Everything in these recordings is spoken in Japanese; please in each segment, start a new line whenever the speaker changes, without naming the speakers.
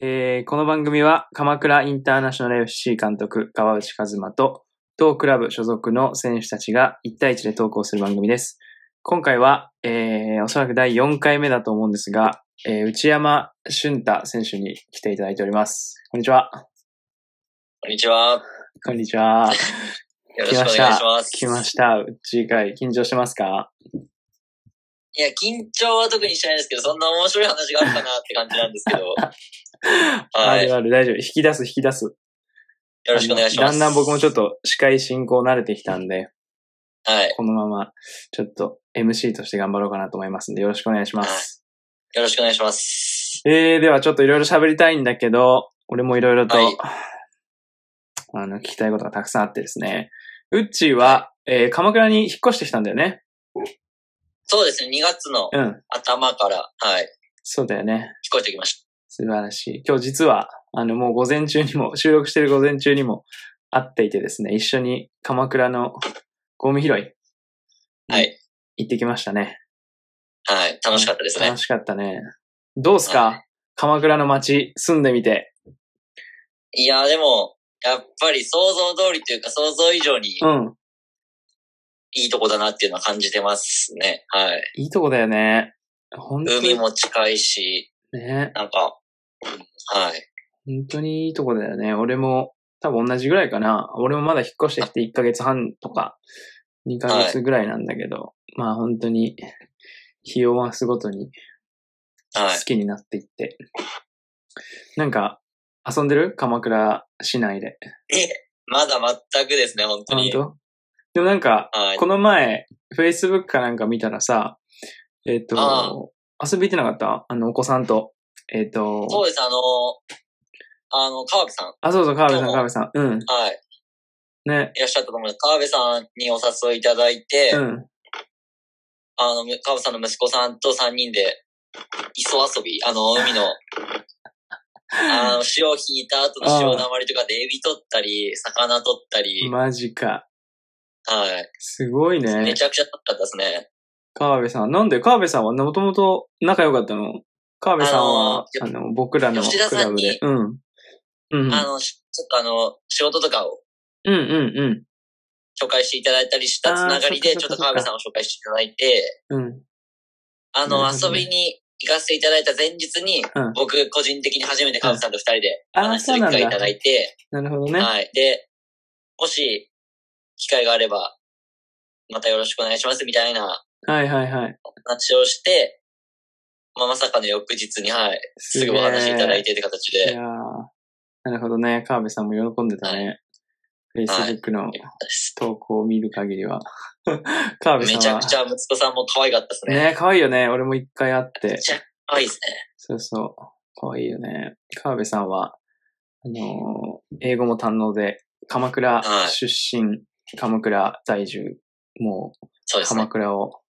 えーこの番組は鎌倉インターナショナル FC 監督川内和馬と当クラブ所属の選手たちが1対1で投稿する番組です。今回は、えーおそらく第4回目だと思うんですが、えー内山俊太選手に来ていただいております。こんにちは。
こんにちは。
こんにちは。
よろしくお願いします。
来ました。内回緊張してますか
いや、緊張は特にしてないですけど、そんな面白い話があったなって感じなんです けど、は
あ
い。
るある大丈夫。引き出す引き出す。
よろしくお願いします。
あのだんだん僕もちょっと司会進行慣れてきたんで、
はい。
このまま、ちょっと MC として頑張ろうかなと思いますんで、よろしくお願いします。
よろしくお願いします。
えー、ではちょっといろいろ喋りたいんだけど、俺もいろいろと、
はい
あの、聞きたいことがたくさんあってですね。うっちーは、えー、鎌倉に引っ越してきたんだよね。
そうですね、2月の
うん。
頭から、はい。
そうだよね。
聞こえてきまし
素晴らしい。今日実は、あの、もう午前中にも、 収録してる午前中にも会っていてですね、一緒に鎌倉のゴミ拾い
た。はい。
行ってきましたね。
はい。楽しかったですね
楽。しかったね。どうすか、
は
鎌倉の街住んでみて。
いや、でも、やっぱり想像通りというか、想像以上に
うん。
いいとこだなっていうのは感じてますね。はい。
いいとこだよね。本当
海
に。
も近いし、
ね。
なんか、うんはい。
本当にいいとこだよね。俺も、多分同じぐらいかな。俺もまだ引っ越してきて1ヶ月半とか、2ヶ月ぐらいなんだけど、まあ本当に、日を回すごとに
は
好きになっていって。なんか、遊んでる鎌倉市内で。
い。まだ全くですね、本当
本
に。
当でもなんか、
はい。
この前、Facebook かなんか見たらさ、えっ、
あ
と、遊び行ってなかったあの、お子さんと。えっ、と、
そうです、あのあの、川辺さん、
あ、そうそう、川辺さん、
どう
川
も
辺さん。うん。
はい、
ね。
いらっしゃったと思います。川辺さんにお誘いいただいて、
うん。
あの、む川辺さんの息子さんと3人で、磯遊び、あの、海の、あの、潮を引いた後の潮だまりとかでエビ取ったり、魚取ったり、
マジか。
はい。
すごいね
め。ちゃくちゃ楽しかったですね。
川辺さん。なんで川辺さんはもともと仲良かったの川辺さんは、あ
あ
の、僕らの
吉田
ク
さ
ラブ
んに
で。うん。うん。うん
あの、しちょっとあの、仕事とかを
うんうん
紹介していただいたりしたつながり
あ
で、
ーそ
ち
っか
ょっと
そっ
川
か
辺さんを紹介していただいて、
うん。うん。
あの、
なるほ
遊
どね
びに行かせていただいた前日に、
うん
僕個人的に初めて川辺さんと二人で
ああ、
話す
そう
る機
なん
会い
だ
た。だいて、
なるほどね。
はい。で、もし、機会があれば、またよろしくお願いします、みたいな
はいはいはい。
話をして、まあ、まさかの翌日に、はい、すぐお話いただいてって形
いや
で、
ーなるほどね。川辺さんも喜んでたね。Facebook の投稿を見る限りは。 川辺
めち
さん
ゃ
は。
くちゃ息子さんも可愛かったですね。
ね、可愛いよね。俺も一回会っ
め
て
っ。ちゃ可愛いですね。
そうそう。可愛いよね。川辺さんは、あのー英語も堪能で、鎌倉
はい
出身、鎌倉在住、もう
そうですね。
鎌倉を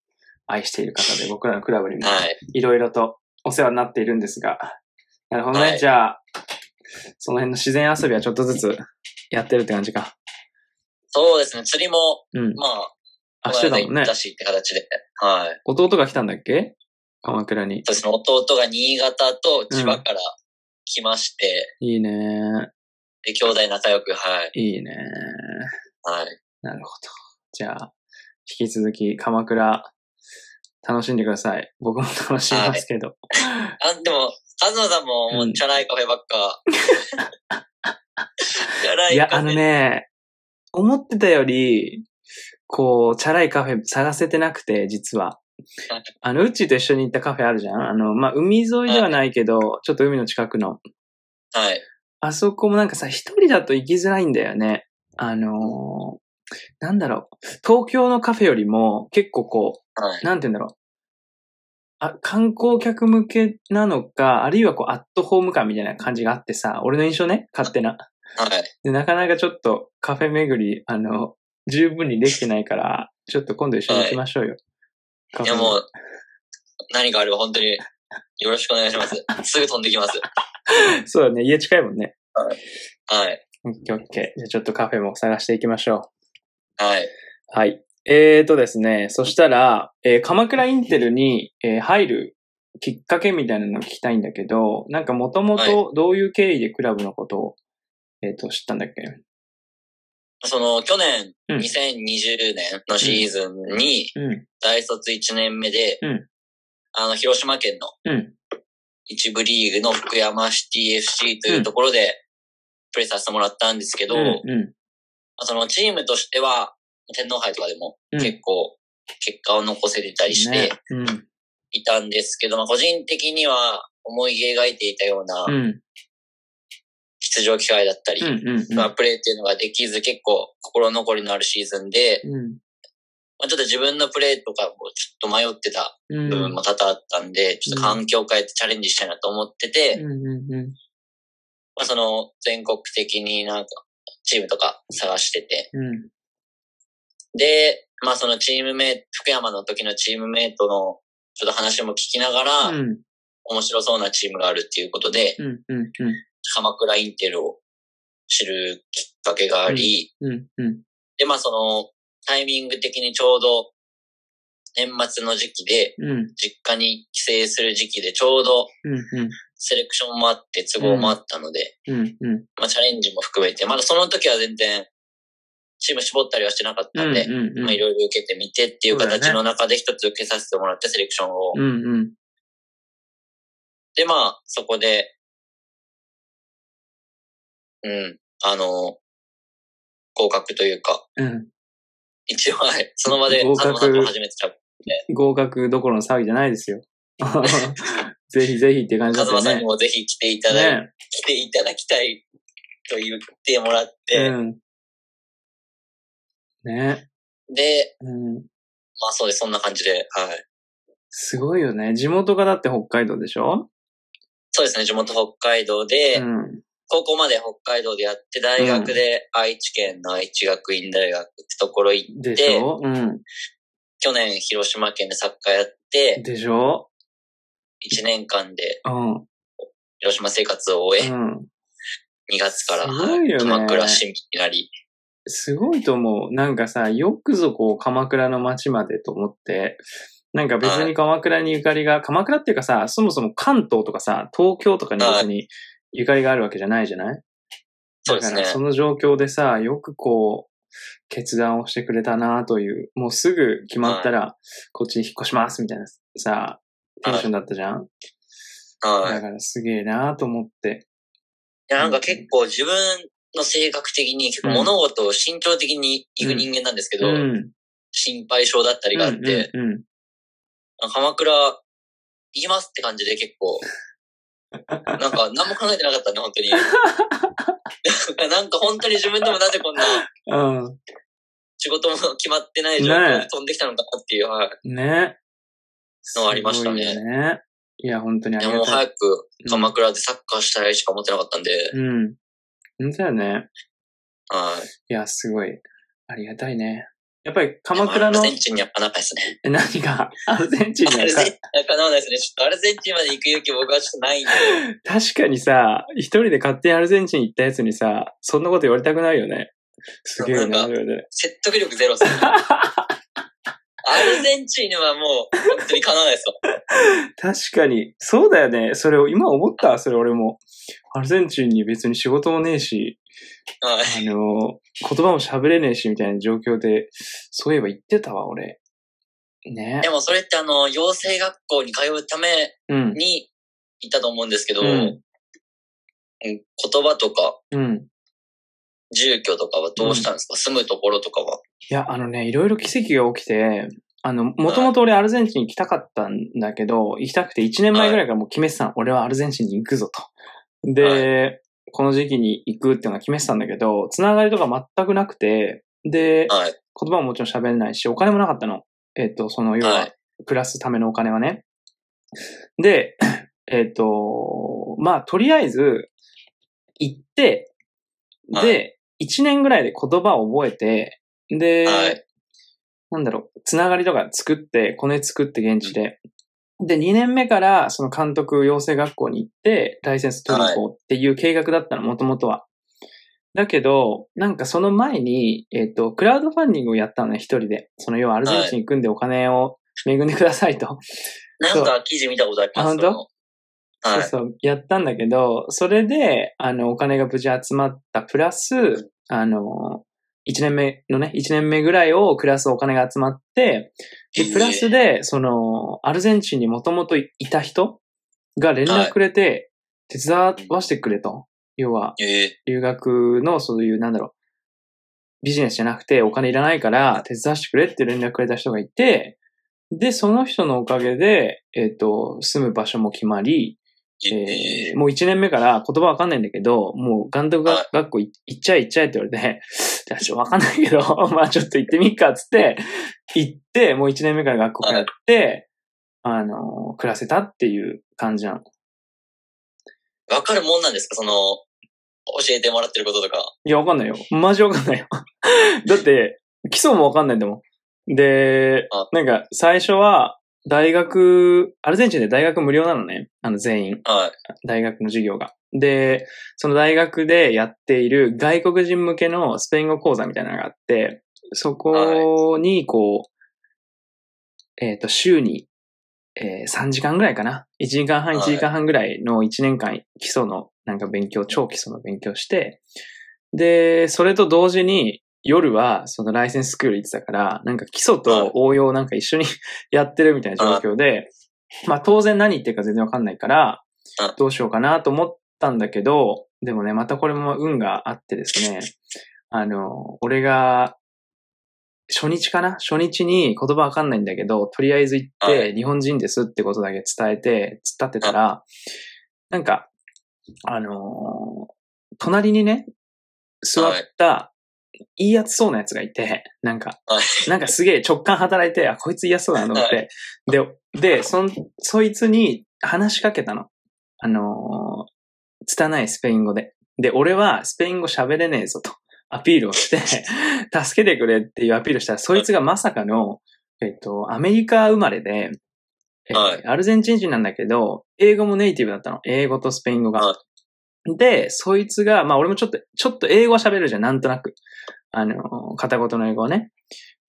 愛している方で、僕らのクラブにも
はい。
いろいろとお世話になっているんですが。なるほどね。
はい
じゃあ、その辺の自然遊びはちょっとずつやってるって感じか。
そうですね。釣りも、
うん。
まあ、
あ、
こ
して
の
た
間
もん
行
ね
っ。たしって形で、はい。
弟が来たんだっけ鎌倉に。
そうですね。弟が新潟と千葉から来まして、
いいね。
で、兄弟仲良く、はい。
いいね。
はい。
なるほど。じゃあ、引き続き鎌倉、楽しんでください。僕も楽しみますけど。
あ、でも、カズマさんも、も
う
う、
ん
チャラいカフェばっ か。チャラ
い、
い
や、
カ
あ
フ
の
ェ。
ね、思ってたより、こう、チャラいカフェ探せてなくて、実は
はい。
あの、うっちーと一緒に行ったカフェあるじゃんあの、まあ、海沿いではないけど、ちょっと海の近くの。
はい。
あそこもなんかさ、一人だと行きづらいんだよね。あのーなんだろう。東京のカフェよりも、結構こう、
はい。
なんて言うんだろう。あ、観光客向けなのか、あるいはこう、アットホーム感みたいな感じがあってさ、俺の印象ね、勝手な。
はい。
で、なかなかちょっとカフェ巡り、あの、十分にできてないから、ちょっと今度一緒に行きましょうよ。カ
い
フェ
や、もう、何かあれば本当に、よろしくお願い します。すぐ飛んできます。
そうだね、家近いもんね。
はい。
オッケーオッケー。じゃあちょっとカフェも探していきましょ
はい。
う。はい。えーとですね、そしたら、えー鎌倉インテルに、えー入るきっかけみたいなのを聞きたいんだけど、なんかもともとどういう経緯でクラブのことを、えっ、と、知ったんだっけ
その、去年、
うん
2020年のシーズンに、
うん。
大卒1年目で、
うん
あの、広島県の
うん。
一部リーグの福山シティ FC というところで、プレーさせてもらったんですけど、
うん。う
そのチームとしては、天皇杯とかでも
ん。
結構、結果を残せてたりして
うん。
いたんですけど、まあ個人的には思い描いていたよう
うん。う。
なん出場機会だったり、
うん。うん。
まあプレーっていうのができず結構心残りのあるシーズンで、
うん。
まあちょっと自分のプレーとかもちょっと迷ってた
うん。
部分も多々あったんで、ちょっと環境を変えてチャレンジしたいなと思ってて、
うん。
まあ、その全国的になんかチームとか探してて。
うん。
で、まあそのチームメイト、福山の時のチームメイトのちょっと話も聞きながら、
うん。
面白そうなチームがあるっていうことで、
うん。うん。うん。
鎌倉インテルを知るきっかけがあり、
うん。うん。
で、まあそのタイミング的にちょうど年末の時期で、
うん。
実家に帰省する時期でちょうど
うん。
セレクションもあって都合もあったので、
うん。うん。
まあ、チャレンジも含めて、まだその時は全然、チーム絞ったりはしてなかったんで、まあ、いろいろ受けてみてっていう
そうだ
形
ね
の中で一つ受けさせてもらって、セレクションを。
うん。うん。
で、まあ、そこで、うん、あの、合格というか、
うん。
一応、はいその場で、
合格
佐藤さんも初めてちゃ、
合格どころの騒ぎじゃないですよ。 ぜひぜひって感じだ
カ
っ
ズ
たよ
マさん
ね
に。もぜひ来ていただい、
ね
来ていただきたいと言ってもらっ
う
て、
ん。ね
で、
うん。
まあそうです、そんな感じで、はい。
すごいよね。地元がだって北海道でしょ
そうですね、地元北海道で、
うん。
高校まで北海道でやって、大学で愛知県の愛知学院大学ってところ行っ
でしょうん。
去年広島県でサッカーやって、
でしょ
1年間で
うん。うん。
広島生活を終え、2月から、
すごいよね
鎌倉市民になり、
すごいと思う。なんかさ、よくぞこう、鎌倉の街までと思って、なんか別に鎌倉にゆかりが、鎌倉っていうかさ、そもそも関東とかさ、東京とかに別にゆかりがあるわけじゃないじゃない
そうです
だ
ね
から。その状況でさ、よくこう、決断をしてくれたなという、もうすぐ決まったら、こっちに引っ越しますみたいなさ、テンションだったじゃん、
はい。
だ
い
からすげえなと思って。
や、なんか結構自分の性格的に、結構物事を慎重的に行く人間なんですけ
う
ど、
ん。
心配性だったりがあって、
うんうん
鎌倉行きますって感じで結 構、なんか何も考えてなかったね、本当に。なんか本当に自 分でもなぜこんな
うん。うん
仕事も決まってない状況で飛んできたのかなっていう、はい
ね。
のありましたね
すごいよね。いや、本当にあ
い
り
や
が
もう
たい。
早く鎌倉でサッカーしたいしか思ってなかったんで、
うん。本当だよね。
は
い
い。
や、すごい。ありがたいね。やっぱり鎌倉
で
の
もアルゼンチンにはかなかですね。
何が、アルゼンチンに
アル
はか
ゼンチンにはかなわないですね。ちょっとアルゼンチンまで行く勇気僕はちょっとないんで。
確かにさ、一人で勝手にアルゼンチン行ったやつにさ、そんなこと言われたくないよね。すげえな、
な
そ
んか
れで。
説得力ゼロ ですね。アルゼンチンはもう本当にかなわないですよ。
確かに。そうだよね。それを、今思った、それ俺も。アルゼンチンに別に仕事もねえし、
はい。
あの、 言葉も喋れねえし、みたいな状況で、そういえば言ってたわ、俺。ね
で。もそれってあの、養成学校に通うため
うん。
に行ったと思うんですけど、
う
うん
ん。
言葉とか
うん。
住居とかはどうしたんですか、住むところとかは。
いや、あのね、いろいろ奇跡が起きて、あの、もともと俺アルゼンチン行きたかったんだけど、行きたくて1年前ぐらいからもう決めてたの。俺はアルゼンチンに行くぞと。で、この時期に行くっていうのは決めてたんだけど、つながりとか全くなくて、で、
はい。
言葉ももちろん喋れないし、お金もなかったの。えっ、と、その、要
は、。
はい暮らすためのお金はね。で、 えっ、と、まあ、とりあえず、行って、
は
で、1年ぐらいで言葉を覚えて、で、
はい
なんだろう、つながりとか作って、コネ作って現地で。で、2年目から、その監督養成学校に行って、ライセンス取りに行こうっていう計画だったの、もともとは。だけど、なんかその前に、えっ、と、クラウドファンディングをやったのね、一人で。その要はアルゼンチンに行くんでお金を恵んでくださいと。
なんか記事見たことありま
そうあ
すその
そ
は
う
い。
そう、やったんだけど、それで、あの、お金が無事集まった、プラス、あの、1年目のね、1年目ぐらいを暮らすお金が集まって、で、プラスで、その、アルゼンチンにもともといた人が連絡くれて、手伝わしてくれと。要は、
ええ
留学のそういう、なんだろう、ビジネスじゃなくてお金いらないから手伝わしてくれって連絡くれた人がいて、で、その人のおかげで、えっ、と、住む場所も決まり、
え
え
え
ーもう1年目から言葉わかんないんだけど、もう監督
は
が
い
学校い行っちゃえ行っちゃえって言われて、 じゃあちょっとわかんないけど、 まあちょっと行ってみっかっつって、行って、もう1年目から学校通って、あのー、暮らせたっていう感じなの。
わかるもんなんですかその、教えてもらってることとか。
いや、わかんないよ。マジわかんないよ。 だって、基礎もわかんないんだもん。で
あ、
なんか、最初は、大学、アルゼンチンで大学無料なのね。あの、全員。
はい。
大学の授業が。で、その大学でやっている外国人向けのスペイン語講座みたいなのがあって、そこに、こう、えっ、と、週に、えー3時間ぐらいかな。1時間半、1
は
時
い
間半ぐらいの1年間、基礎の、なんか勉強、超基礎の勉強して、で、それと同時に、夜は、そのライセンススクール行ってたから、なんか基礎と応用なんか一緒にやってるみたいな状況で、まあ当然何言ってるか全然わかんないから
うん、
どうしようかなと思ったんだけど、でもね、またこれも運があってですね、あの、俺が、初日かな初日に言葉わかんないんだけど、とりあえず行っ
は
て、日本人ですってことだけ伝えて、伝ってたら、なんか、あのー隣にね、座った、いいやつそうなやつがいて、なんか、
はい。
なんかすげえ直感働いて、あ、こいつ嫌そうだなと思って。で、で、そん、そいつに話しかけたの。あのー、拙いスペイン語で。で、俺はスペイン語喋れねえぞとアピールを して、助けてくれっていうアピールしたら、そいつがまさかの、えっと、アメリカ生まれで、えー
はい
アルゼンチン人なんだけど、英語もネイティブだったの。英語とスペイン語が。
は
で、そいつが、まあ俺もちょっと、ちょっと英語は喋るじゃん、なんとなく。あの、片言の英語をね。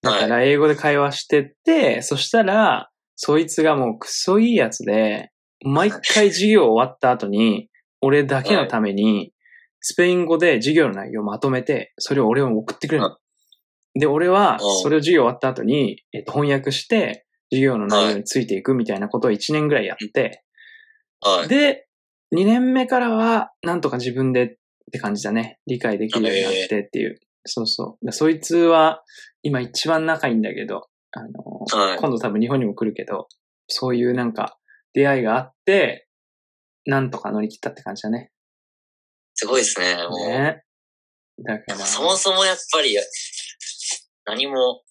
だから英語で会話してて、そしたら、そいつがもうクソいいやつで、毎回授業終わった後に、俺だけのために、スペイン語で授業の内容をまとめて、それを俺を送ってくれるの。で、俺は
う、ん
それを授業終わった後に、えっと、翻訳して、授業の内容についていくみたいなことを1年ぐらいやって、
は い。
で、2年目からは、なんとか自分でって感じだね。理解できるようになってっていう。そうそう。そいつは、今一番仲いいんだけど、あの、
はい。
今度多分日本にも来るけど、そういうなんか、出会いがあって、なんとか乗り切ったって感じだね。
すごいですね。もう、
ね。だか
で
ら、
もそもそもやっぱり、何も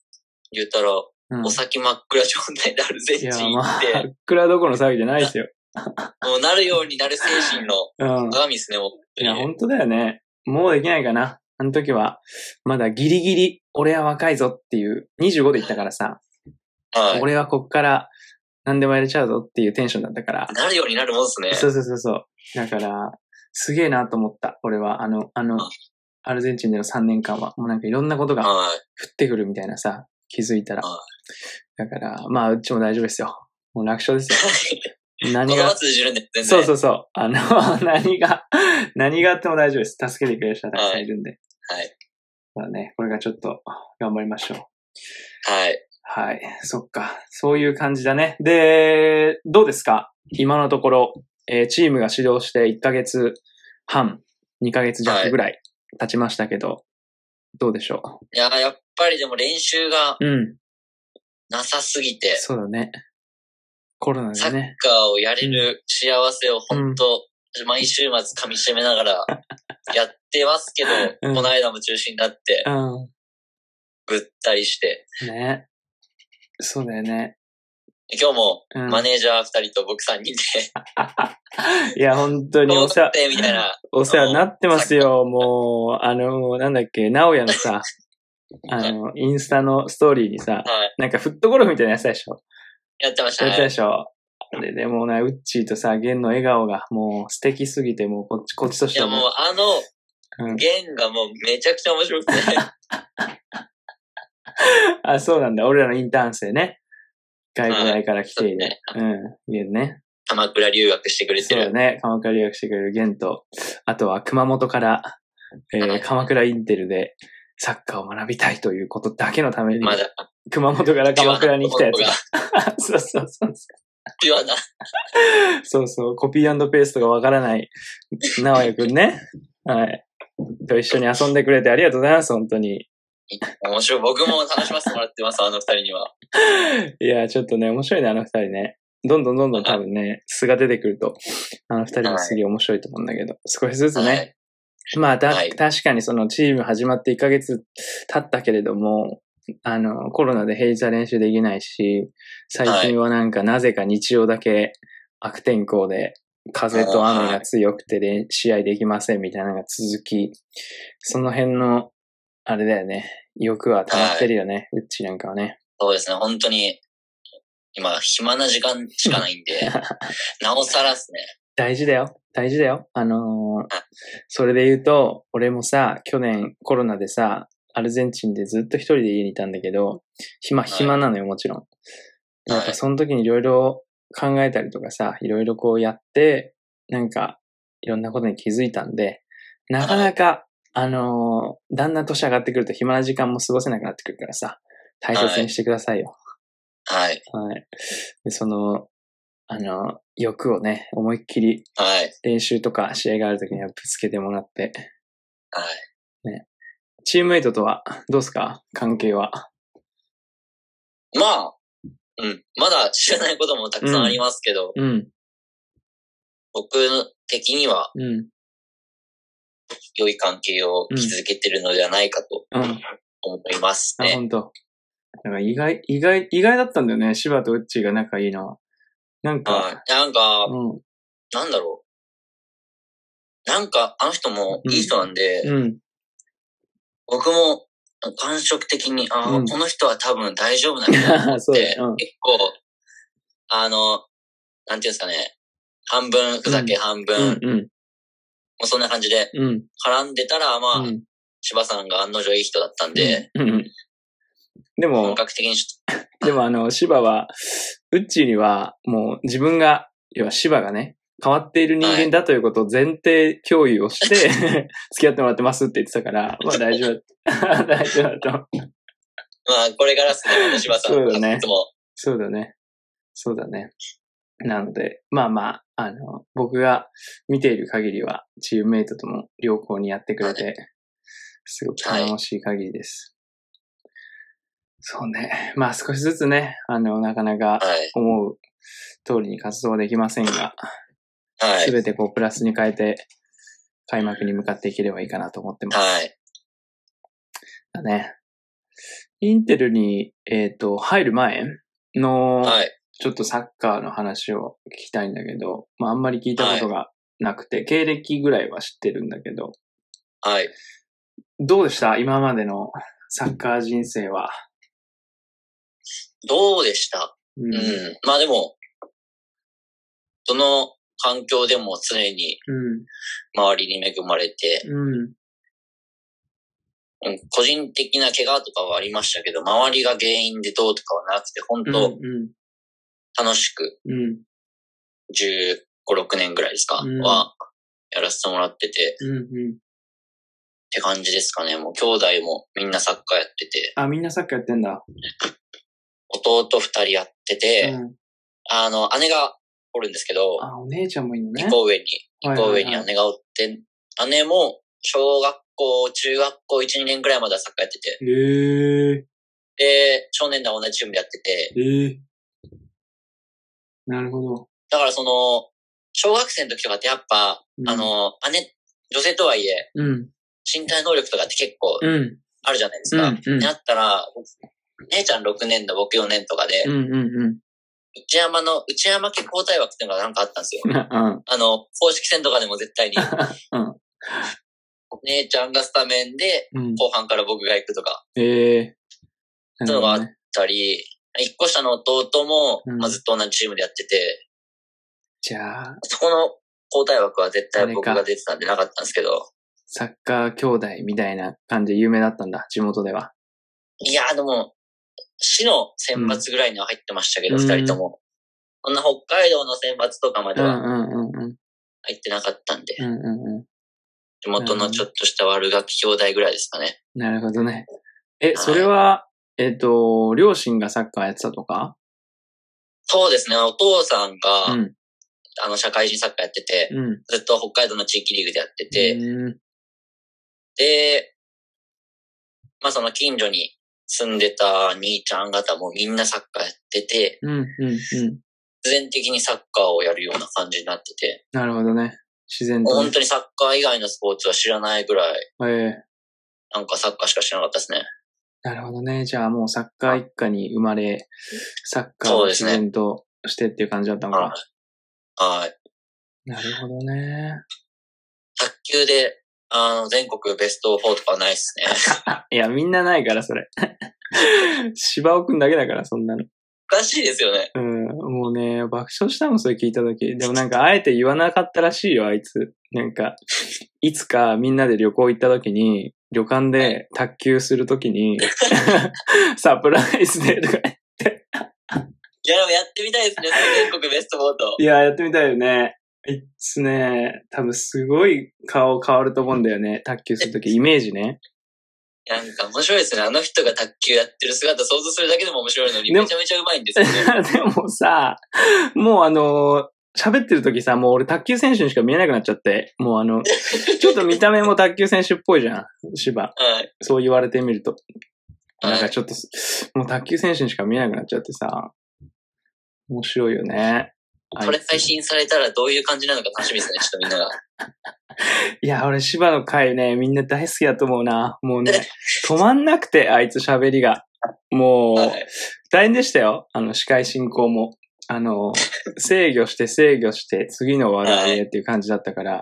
言ったら、
うん
お先真っ暗状態でアルゼン
い
チン
や、
行
まあ
って、、
クラどころの騒ぎじゃないですよ。
もうなるようになる精神の
うん。
鏡ですね、もう。
いや、本当だよね。もうできないかな。あの時は、まだギリギリ、俺は若いぞっていう、25で行ったからさ、
はい。
俺はこっから何でもやれちゃうぞっていうテンションだったから。
なるようになるもんですね。
そうそうそうそう。だから、すげえなと思った。俺は、あの、あの
あ、
アルゼンチンでの3年間は、もうなんかいろんなことが降
はい。
ってくるみたいなさ、気づいたら
あ。
だから、まあ、うちも大丈夫ですよ。もう楽勝です よ。何
言
が
葉、通じるんで、全然。
そうそうそう。あの、 何が、何があっても大丈夫です。助けてくれる人はたくさんいるんで。
はい。
まあね、これがちょっと頑張りましょう。
はい。
はい。そっか。そういう感じだね。で、どうですか今のところ、えーチームが指導して1ヶ月半、2ヶ月弱ぐらい経ちましたけど、どうでしょ
いや、やっぱりでも練習が
ううん。
なさすぎて、
そうだね。コロナ
サ
で
ッ
ね。
カーをやれる幸せを本当、毎週末噛み締めな がらやってますけど、
うん
この間も中止になって、
う
ぐったりして、
ん。ね。そうだよね。
今日も
うん。
マネージャー二人と僕三人で、
いや、本当に
ど
お
う
世
だっ
話、
てみたいな、
お世話になってますよ。もう、あの、なんだっけ、直哉の さ、あの、インスタのストーリーにさ、
はい、
なんかフットゴルフみたいなやつでしょ
やってました
やったで
ね。
しょ。あれでもうね、ウッチーとさ、ゲンの笑顔がもう素敵すぎて、もうこっち、こっちとし
い
て
や
は
も
も
うあの
う。うん、
弦がもうめちゃくちゃ面白くて、
あ、そうなんだ。俺らのインターン生ね。外部内から来ている。
はい
うん。いるね。
鎌倉留学してくれて
そうだ
る。
ね。鎌倉留学してくれる玄と、あとは熊本から、えー 鎌倉インテルでサッカーを学びたいということだけのために、
まだ、
熊本から鎌倉に来たやつ
ピュアな
が。 そうそうそう。
ピュアな、
そうそう、コピーペーストがわからない、直江くんね。はい。と一緒に遊んでくれてありがとうございます、本当に。
面白い。僕も楽しませてもらってます、あの二人には。
いや、ちょっとね、面白いね、あの二人ね。どんどんどんどん多分ね、素が出てくると、あの二人もすげえ面白いと思うんだけど、少しずつ
は
ね、
い。
まあ、た、
はい
確かにそのチーム始まって1ヶ月経ったけれども、あの、コロナで平日は練習できないし、最近はなんかなぜか日曜だけ悪天候で風と雨が強くてで試合できませんみたいなのが続き、その辺の、あれだよね、欲は溜まってるよね、うっちなんかはね。
そうですね、本当に、今、暇な時間しかないんで、 なおさらですね。
大事だよ。大事だよ。あのーそれで言うと、俺もさ、去年コロナでさ、アルゼンチンでずっと一人で家にいたんだけど、暇、暇なのよ、もちろん。
はい
やっぱその時にいろいろ考えたりとかさ、いろいろこうやって、なんか、いろんなことに気づいたんで、なかなか、あのーだんだん年上がってくると暇な時間も過ごせなくなってくるからさ、大切にしてくださいよ。
はい。
はい。で、その、あの、欲をね、思いっきり
はい。
練習とか試合があるときにはぶつけてもらって。
はい。
チームメイトとはどうすか関係は。
まあ、うん。まだ知らないこともたくさんありますけど、
うん、
僕的には
うん、
良い関係を築けてるのではないかと
うん。
思います
あ、
ね。
ほんと。なんか意外、意外、意外だったんだよね。柴とウッチーが仲いいのは。なん
はい
か、。
なんか、
うん、
なんだろう。なんか、あの人もいい人なんで、
うん、
僕も感触的に、ああ、
うん
この人は多分大丈夫なんだなと思 っ
そう
て、
うん
結構、あの、なんていうんですかね、半分ふざけ、
う
半分、
う
も
ん、うん、
うそんな感じで
うん、
絡んでたら、まあ、
うん。
柴さんが案の定いい人だったんで、
うん、うん。でも
本、格的にちょっ
でもあの、芝は、ウッチーには、もう自分が、要は芝がね、変わっている人間だということを前提共有をして、付き合ってもらってますって言ってたから、まあ大丈夫。 大丈夫だと思う。
と、まあ、これからです ね、柴さん
そうだね
いつも、
そうだね。そうだね。なので、まあまあ、あの、僕が見ている限りは、チームメイトとも良好にやってくれて、すごく頼もしい限りです。そうね。まあ少しずつね、あの、なかなか
はい、
思う通りに活動はできませんが、
は
す
い、
べてこうプラスに変えて、開幕に向かっていければいいかなと思ってます。
はい、
だね。インテルに、えっ、と、入る前の、
はい、
ちょっとサッカーの話を聞きたいんだけど、まああんまり聞いたことがなくて、経歴ぐらいは知ってるんだけど、
はい。
どうでした今までのサッカー人生は。
どうでした
う
うん。まあでも、どの環境でも常に
うん。
周りに恵まれて、
うん。
うん個人的な怪我とかはありましたけど、周りが原因でどうとかはなくて、本当
うん。
楽しく
うん。
15、6年ぐらいですか、
うん
は、やらせてもらってて、
うん。うん。
って感じですかね。もう兄弟もみんなサッカーやってて、
あ、みんなサッカーやってんだ。
弟二人やってて、
うん。
あの、姉がおるんですけど、
あ、お姉ちゃんもいいのね
一。個上
は
に、一
いはい
個
は
上
い
に姉がおって、姉も小学校、中学校1、2年ぐらいまではサッカーやってて、
へえ
で、少年団同じチームでやってて、
ー、ええなるほど。
だからその、小学生の時とかってやっぱ、
うん
あ、の、姉、女性とはいえ、
うん、
身体能力とかって結構
うん、
あるじゃないです
うん、う
か。
ん、
なったら、姉ちゃん6年度、僕4年とかで、
うん、うん、
内山の、内山家交代枠っていうのがなんかあったんですよ。
うん、
あの、公式戦とかでも絶 対に。
ん
姉ちゃんがスタメンで、
うん、
後半から僕が行くとか、
ええー。
そういうのがあ
なるほどね
たり、一個下の弟も、
うん
まあ、ずっと同じチームでやってて、
じゃあ、
そこの交代枠は絶対僕
あれ
が
か
出てたんでなかったんですけど、
サッカー兄弟みたいな感じで有名だったんだ、地元では。
いやーでも、市の選抜ぐらいには入ってましたけど、
うん
二、人とも。そんな北海道の選抜とかまで
うん
は
うんうんうん。
入ってなかったんで、
うんうんう
地元のちょっとした悪ガキ兄弟ぐらいですかね。
ん。なるほどね。え、それは、えっと、両親がサッカーやってたとか
そうですね、お父さんが、
うん。
あの、社会人サッカーやってて、
うん。
ずっと北海道の地域リーグでやってて、
うん
で、まあその近所に住んでた兄ちゃん方もみんなサッカーやってて、
うんうんうん。
自然的にサッカーをやるような感じになってて、
なるほどね。自然と
本
ね。
当にサッカー以外のスポーツは知らないぐらい、
えー
なんかサッカーしか知らなかったですね。
なるほどね。じゃあもうサッカー一家に生まれ、サッカー
そ
を
うで
自
すね
然としてっていう感じだったのか
は。い。はい。
なるほどね。
卓球で、あの、全国ベスト4とかはないですね。
いや、みんなないから、それ。 芝尾くんだけだから、そんなの。
おかしいですよね。
うん。もうね、爆笑したもん、それ聞いたとき。でもなんか、あえて言わなかったらしいよ、あいつ。なんか、いつかみんなで旅行行ったときに、旅館で卓球するとき に、サプライズでとか言って
いや、でもやってみたいですね、全国ベスト4と。
いや、やってみたいよね。いっすね。多分すごい顔変わると思うんだよね。卓球するとき、イメージね。
なんか面白いですね。あの人が卓球やってる姿想像するだけでも面白いのに、
でも
めちゃめちゃうまいんですよ ね。
でもさ、もうあの喋ってるときさ、もう俺卓球選手にしか見えなくなっちゃって。もうあの、ちょっと見た目も卓球選手っぽいじゃん。芝。
はい。
そう言われてみると。
はい
なんかちょっと、もう卓球選手にしか見えなくなっちゃってさ。面白いよね。あいつ
これ配信されたらどういう感じなのか楽しみですね、ちょっとみんなが。
いや、俺、芝の回ね、みんな大好きだと思うな。もうね、止まんなくて、あいつ喋りが。 もう、
はい。
大変でしたよ。あの、司会進行も。あの、制御して制御して、次の話題へっていう感じだったから、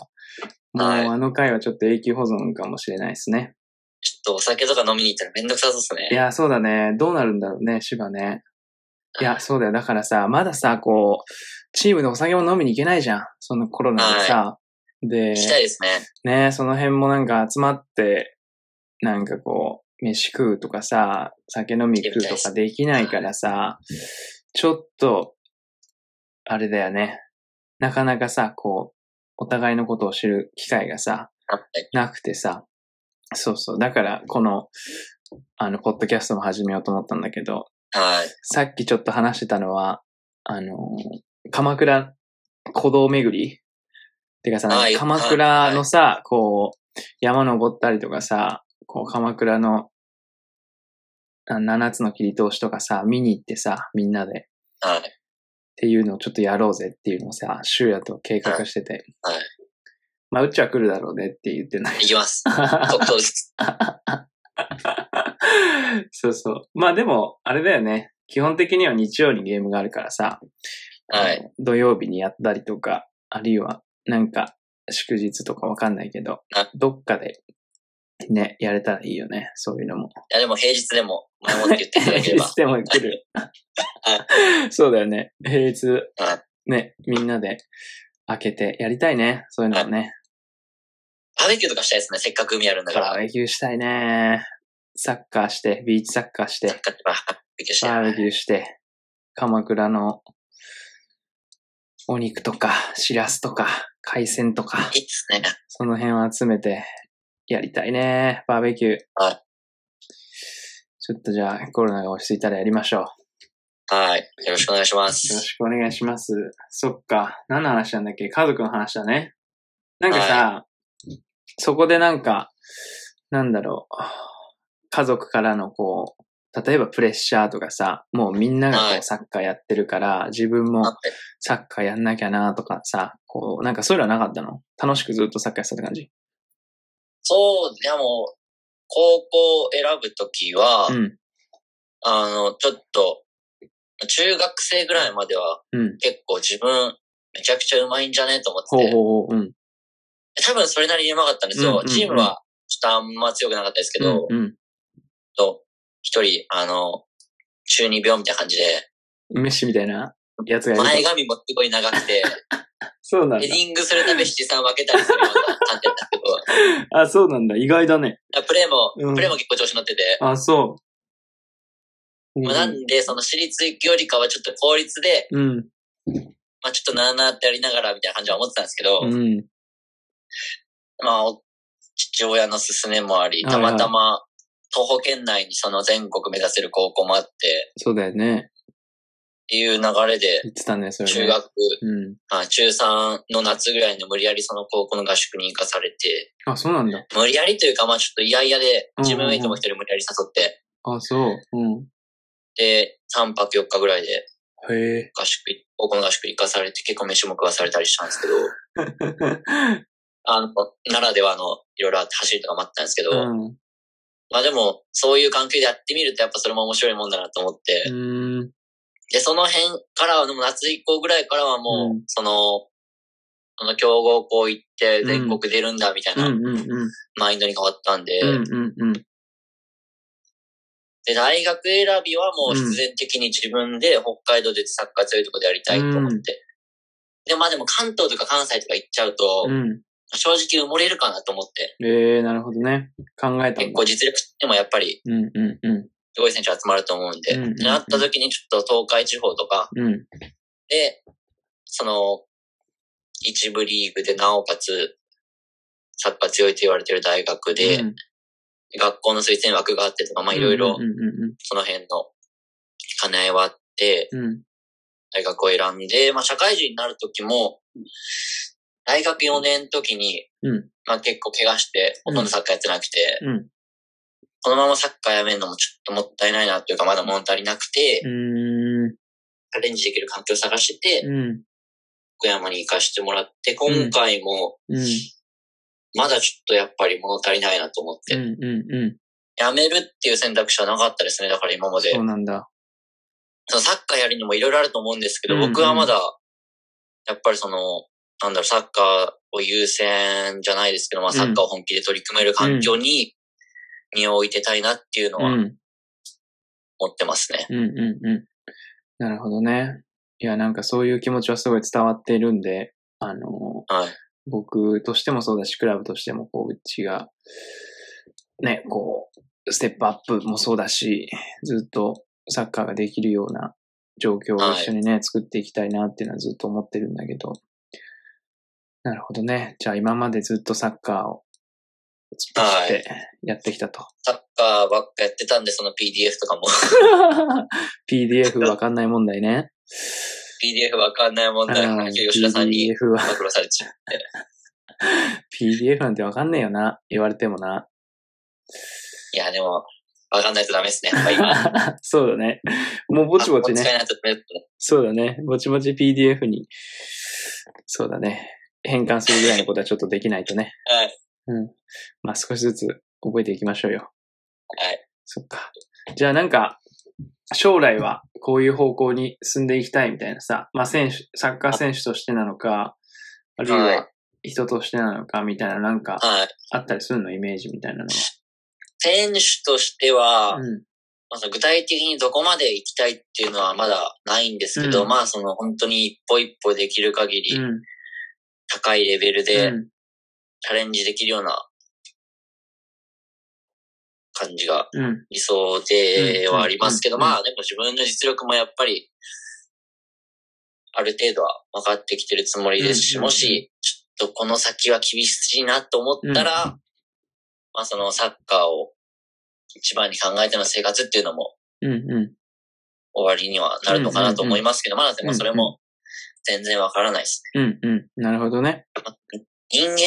もう、
はい
あの回はちょっと永久保存かもしれないですね。
ちょっとお酒とか飲みに行ったらめんどくさそうです
い
ね。
や、そうだね。どうなるんだろうね、芝ね。いや、そうだよ。だからさ、まださ、こう、チームでお酒も飲みに行けないじゃん。そのコロナでさ。で、
行きたいですね。
ねその辺もなんか集まって、なんかこう、飯食うとかさ、酒飲み食うとかできないからさ、ちょっと、あれだよね。なかなかさ、こう、お互いのことを知る機会がさ、
はい。
なくてさ、そうそう。だから、この、あの、ポッドキャストも始めようと思ったんだけど、
はい。
さっきちょっと話してたのは、あの、鎌倉古道巡りてかさ、
はい
鎌倉のさ、こう、山登ったりとかさ、こう、鎌倉の、あ七つの切り通しとかさ、見に行ってさ、みんなで、っ
はい。
ていうのをちょっとやろうぜっていうのをさ、修也と計画してて。
はいはい
まあ、うちは来るだろうねって言ってない。
行 きます。即答です。
そうそう。まあでも、あれだよね。基本的には日曜にゲームがあるからさ。
はい
あの。土曜日にやったりとか、あるいは、なんか、祝日とかわかんないけど
あ、
どっかで、ね、やれたらいいよね。そういうのも。
いや、でも平日でも前もって言 っていただけ れば。
でも行ける。そうだよね。平日
はい、
ね、みんなで開けてやりたいね。そういうのもね。
バーベキューとかしたいですね、せっかく海あるんだから。
バー
サッ
ベキューしたいね。サッカーして、ビーチサッカーして。
カーとかバーベキューして。
バーベキューして、鎌倉のお肉とか、しらすとか、海鮮とか、
いいですね。
その辺を集めてやりたいね。バーベキュー。
はい
ちょっとじゃあコロナが落ち着いたらやりましょう。
はい。よろしくお願いしま
よろ
す。
しくお願いします。そっか。何の話なんだっけ家族の話だね。なんかさ、そこでなんか、なんだろう。家族からのこう、例えばプレッシャーとかさ、もうみんながこ
は
う
い
サッカーやってるから、自分も
あって
サッカーやんなきゃなとかさ、こう、なんかそういうのはなかったの楽しくずっとサッカーやってたって感じ
そう、でも、高校を選ぶときは、
うん。
あの、ちょっと、中学生ぐらいまでは
うん。
結構自分、めちゃくちゃうまいんじゃねと思
ほ
っ
う
てて、
ほうほう。うん。
多分それなりにうまかったんです
うんうん
よ
う。ん
チームは、ちょっとあんま強くなかったですけど、
うん。
と、一人、あの、中二病みたいな感じで、
うん。メッシみたいなやつがいると。
前髪もすごい長 くて、
そうなんだ
ヘデ。ィングするたび七三分けたりするような感じだった けど、
あ、そうなんだ。意外だね。
プレーも、
うん
プレーも結構調子乗ってて、
あ、そう。
まあ、なんで、その私立よりかはちょっと公立で、
うん。
まあちょっとなーなーってやりながらみたいな感じは思ってたんですけど、
うん。
まあ、お父親の勧めもあり、
はい
た
はい
またま、徒歩圏内にその全国目指せる高校もあって、っ
そうだよね。
ていう流れで、
言ってたね、それね。
中学、
うん。
あ中3の夏ぐらいに無理やりその高校の合宿に行かされて、
あ、そうなんだ。
無理やりというか、まあちょっと嫌
う
々で、
んうんうん
自分メイトも一人無理やり誘って、
あ、そう。うん。
で、3泊4日ぐらいで
へ え。
合宿、高校の合宿行かされて、結構飯も食わされたりしたんですけど、あの、ならではのいろいろあって走りとか待ってたんですけど、
うん。う
まあでも、そういう環境でやってみるとやっぱそれも面白いもんだなと思って、
ーん。
で、その辺からは、でも夏以降ぐらいからはも
う
う、
ん
その、その競合校行って
うん
全国出るんだみたい
うん
な
うんうん。
マインドに変わったんで、
うんうんうん。
で、大学選びはもう必然的に自分で北海道でサッカー強いとこでやりたいと思って。
うん
で、まあでも関東とか関西とか行っちゃうと、
うん。
正直埋もれるかなと思って、
ええ、なるほどね。考えた
結
んだ
構。実力でもやっぱり
うんうんう
すごい選手集まると思うんで、
うんうんうん
なった時にちょっと東海地方とか、
ん。うん。
で、その、一部リーグで、なおかつ、サッカー強いと言われてる大学で、
うん、
学校の推薦枠があってとか、まあいろいろ
うん、う
その辺の兼ね合いはあって、
んうんうん。うん
大学を選んで、まあ社会人になる時も、大学4年の時に、
うん
まあ結構怪我して、ほとんどサッカーやってなくて、
うん。
このままサッカーやめるのもちょっともったいないなというか、まだ物足りなくて、
う
チャレンジできる環境を探して
ーん。
て、
うん。
福山に行かしてもらって、今回も、
うん。
まだちょっとやっぱり物足りないなと思っ
う
て、
んうんうん。
辞めるっていう選択肢はなかったですね。だから今まで
そ。うなんだ。
そのサッカーやるにもいろいろあると思うんですけど、
うんうん
僕はまだ、やっぱりその、なんだろう、サッカーを優先じゃないですけど、まあ
うん
サッカーを本気で取り組める環境に身を置いてたいなっていうの
う
は
ん。
思ってますね。
うんうんうん。なるほどね。いや、なんかそういう気持ちはすごい伝わっているんで、あの、
はい。
僕としてもそうだし、クラブとしても、こう、うちが、ね、こう、ステップアップもそうだし、ずっとサッカーができるような状況を一緒にね、作っていきたいなっていうのはずっと思ってるんだけど、なるほどね。じゃあ今までずっとサッカーを突っ走ってやってきたと。
サッカーばっかやってたんで、その PDF とかも、
PDF わかんない問題ね。
PDF わかんない問題
うん
話を吉田さんに
PDF は、
暴露されちゃう。
PDF なんてわかんねえよな。言われてもな。
いや、でも、わかんないとダメですね。やっぱ今、
そうだね。もう ぼちぼち
あ
ね
使。えないとダメですね。
そうだね。ぼちぼち PDF に、そうだね。変換するぐらいのことはちょっとできないとね。
はい。
うん。まあ少しずつ覚えていきましょうよ。
はい。
そっか。じゃあなんか、将来はこういう方向に進んでいきたいみたいなさ、まあ選手、サッカー選手としてなのか、あるい
はい
は人としてなのかみたいななんか
はい。
あったりするのイメージみたいなの
選手として
は。
は、
うん。
まあその具体的にどこまで行きたいっていうのはまだないんですけど、
うん
まあその本当に一歩一歩できる限
う
り
ん。
高いレベルで
うん
チャレンジできるような感じが
うん。
理想で
うん
はありますけど、
うんうん
まあでも自分の実力もやっぱりある程度は分かってきてるつもりですし、
うん
もしちょっとこの先は厳しいなと思ったら、まあそのサッカーを一番に考えての生活っていうのも
うん。うん。
終わりにはなるのかなと思いますけど、まだでもそれ
うん
も全然わからないですね。
うん。うん。なるほどね。
人間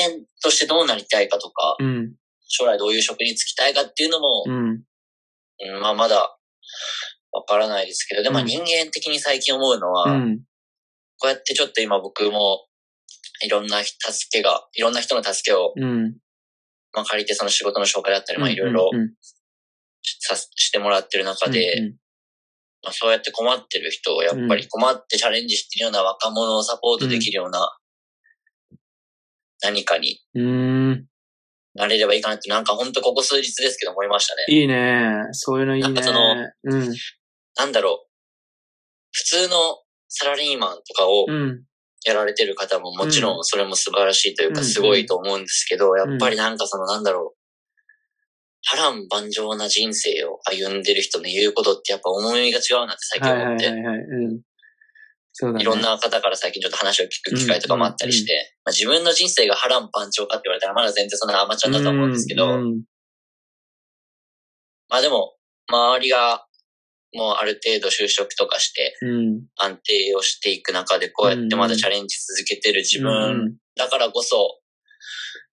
としてどうなりたいかとか、
うん。
将来どういう職に就きたいかっていうのも
う、ん。
うんまあまだわからないですけど、でも
うん
人間的に最近思うのは、
うん。
こうやってちょっと今僕もいろんな助けが、いろんな人の助けを、
うん。
まあ、借りてその仕事の紹介だったり、まあいろいろ
うんうん
さしてもらってる中で、
うん
まあ、そうやって困ってる人を、やっぱり困ってチャレンジしてるような若者をサポートできるような、何かに
うん、うーん。
なれればいいかなって、なんかほんとここ数日ですけど思いましたね。
いいね。そういうのいい
な
ね
んかその。
うん。
なんだろう。普通のサラリーマンとかを
うん。
やられてる方ももちろんそれも素晴らしいという
う
か
ん
すごいと思うんですけど、
ん
やっぱりなんかそのなんだろう。波乱万丈な人生を歩んでる人の言うことってやっぱ重みが違うなって最近
はいはい
思
は
って、い
いはい。うん。そうだね。
ろん。な方から最近ちょっと話を聞く機会とかもあったりして、まあ、自分の人生が波乱万丈かって言われたらまだ全然そんなアマチュアだと思うんですけど、
うん
まあでも、周りがもうある程度就職とかして
うん。
安定をしていく中でこうやってまだチャレンジ続けてる自分だからこそ、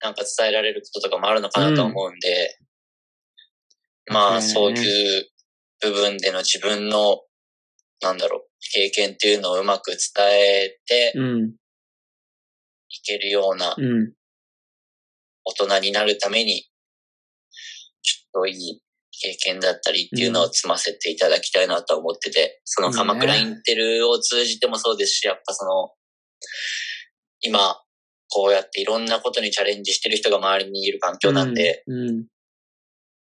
なんか伝えられることとかもあるのかなと思うんで、まあ、
そ
そうう
だよね
いう部分での自分の、なんだろう、経験っていうのをうまく伝えて
うん。うん。
いけるような
うん。
大人になるために、ちょっといい経験だったりっていうのを積ませていただきたいなと思ってて、その鎌倉インテルを通じてもそうですし、やっぱその、今、こうやっていろんなことにチャレンジしてる人が周りにいる環境なんで、
うん。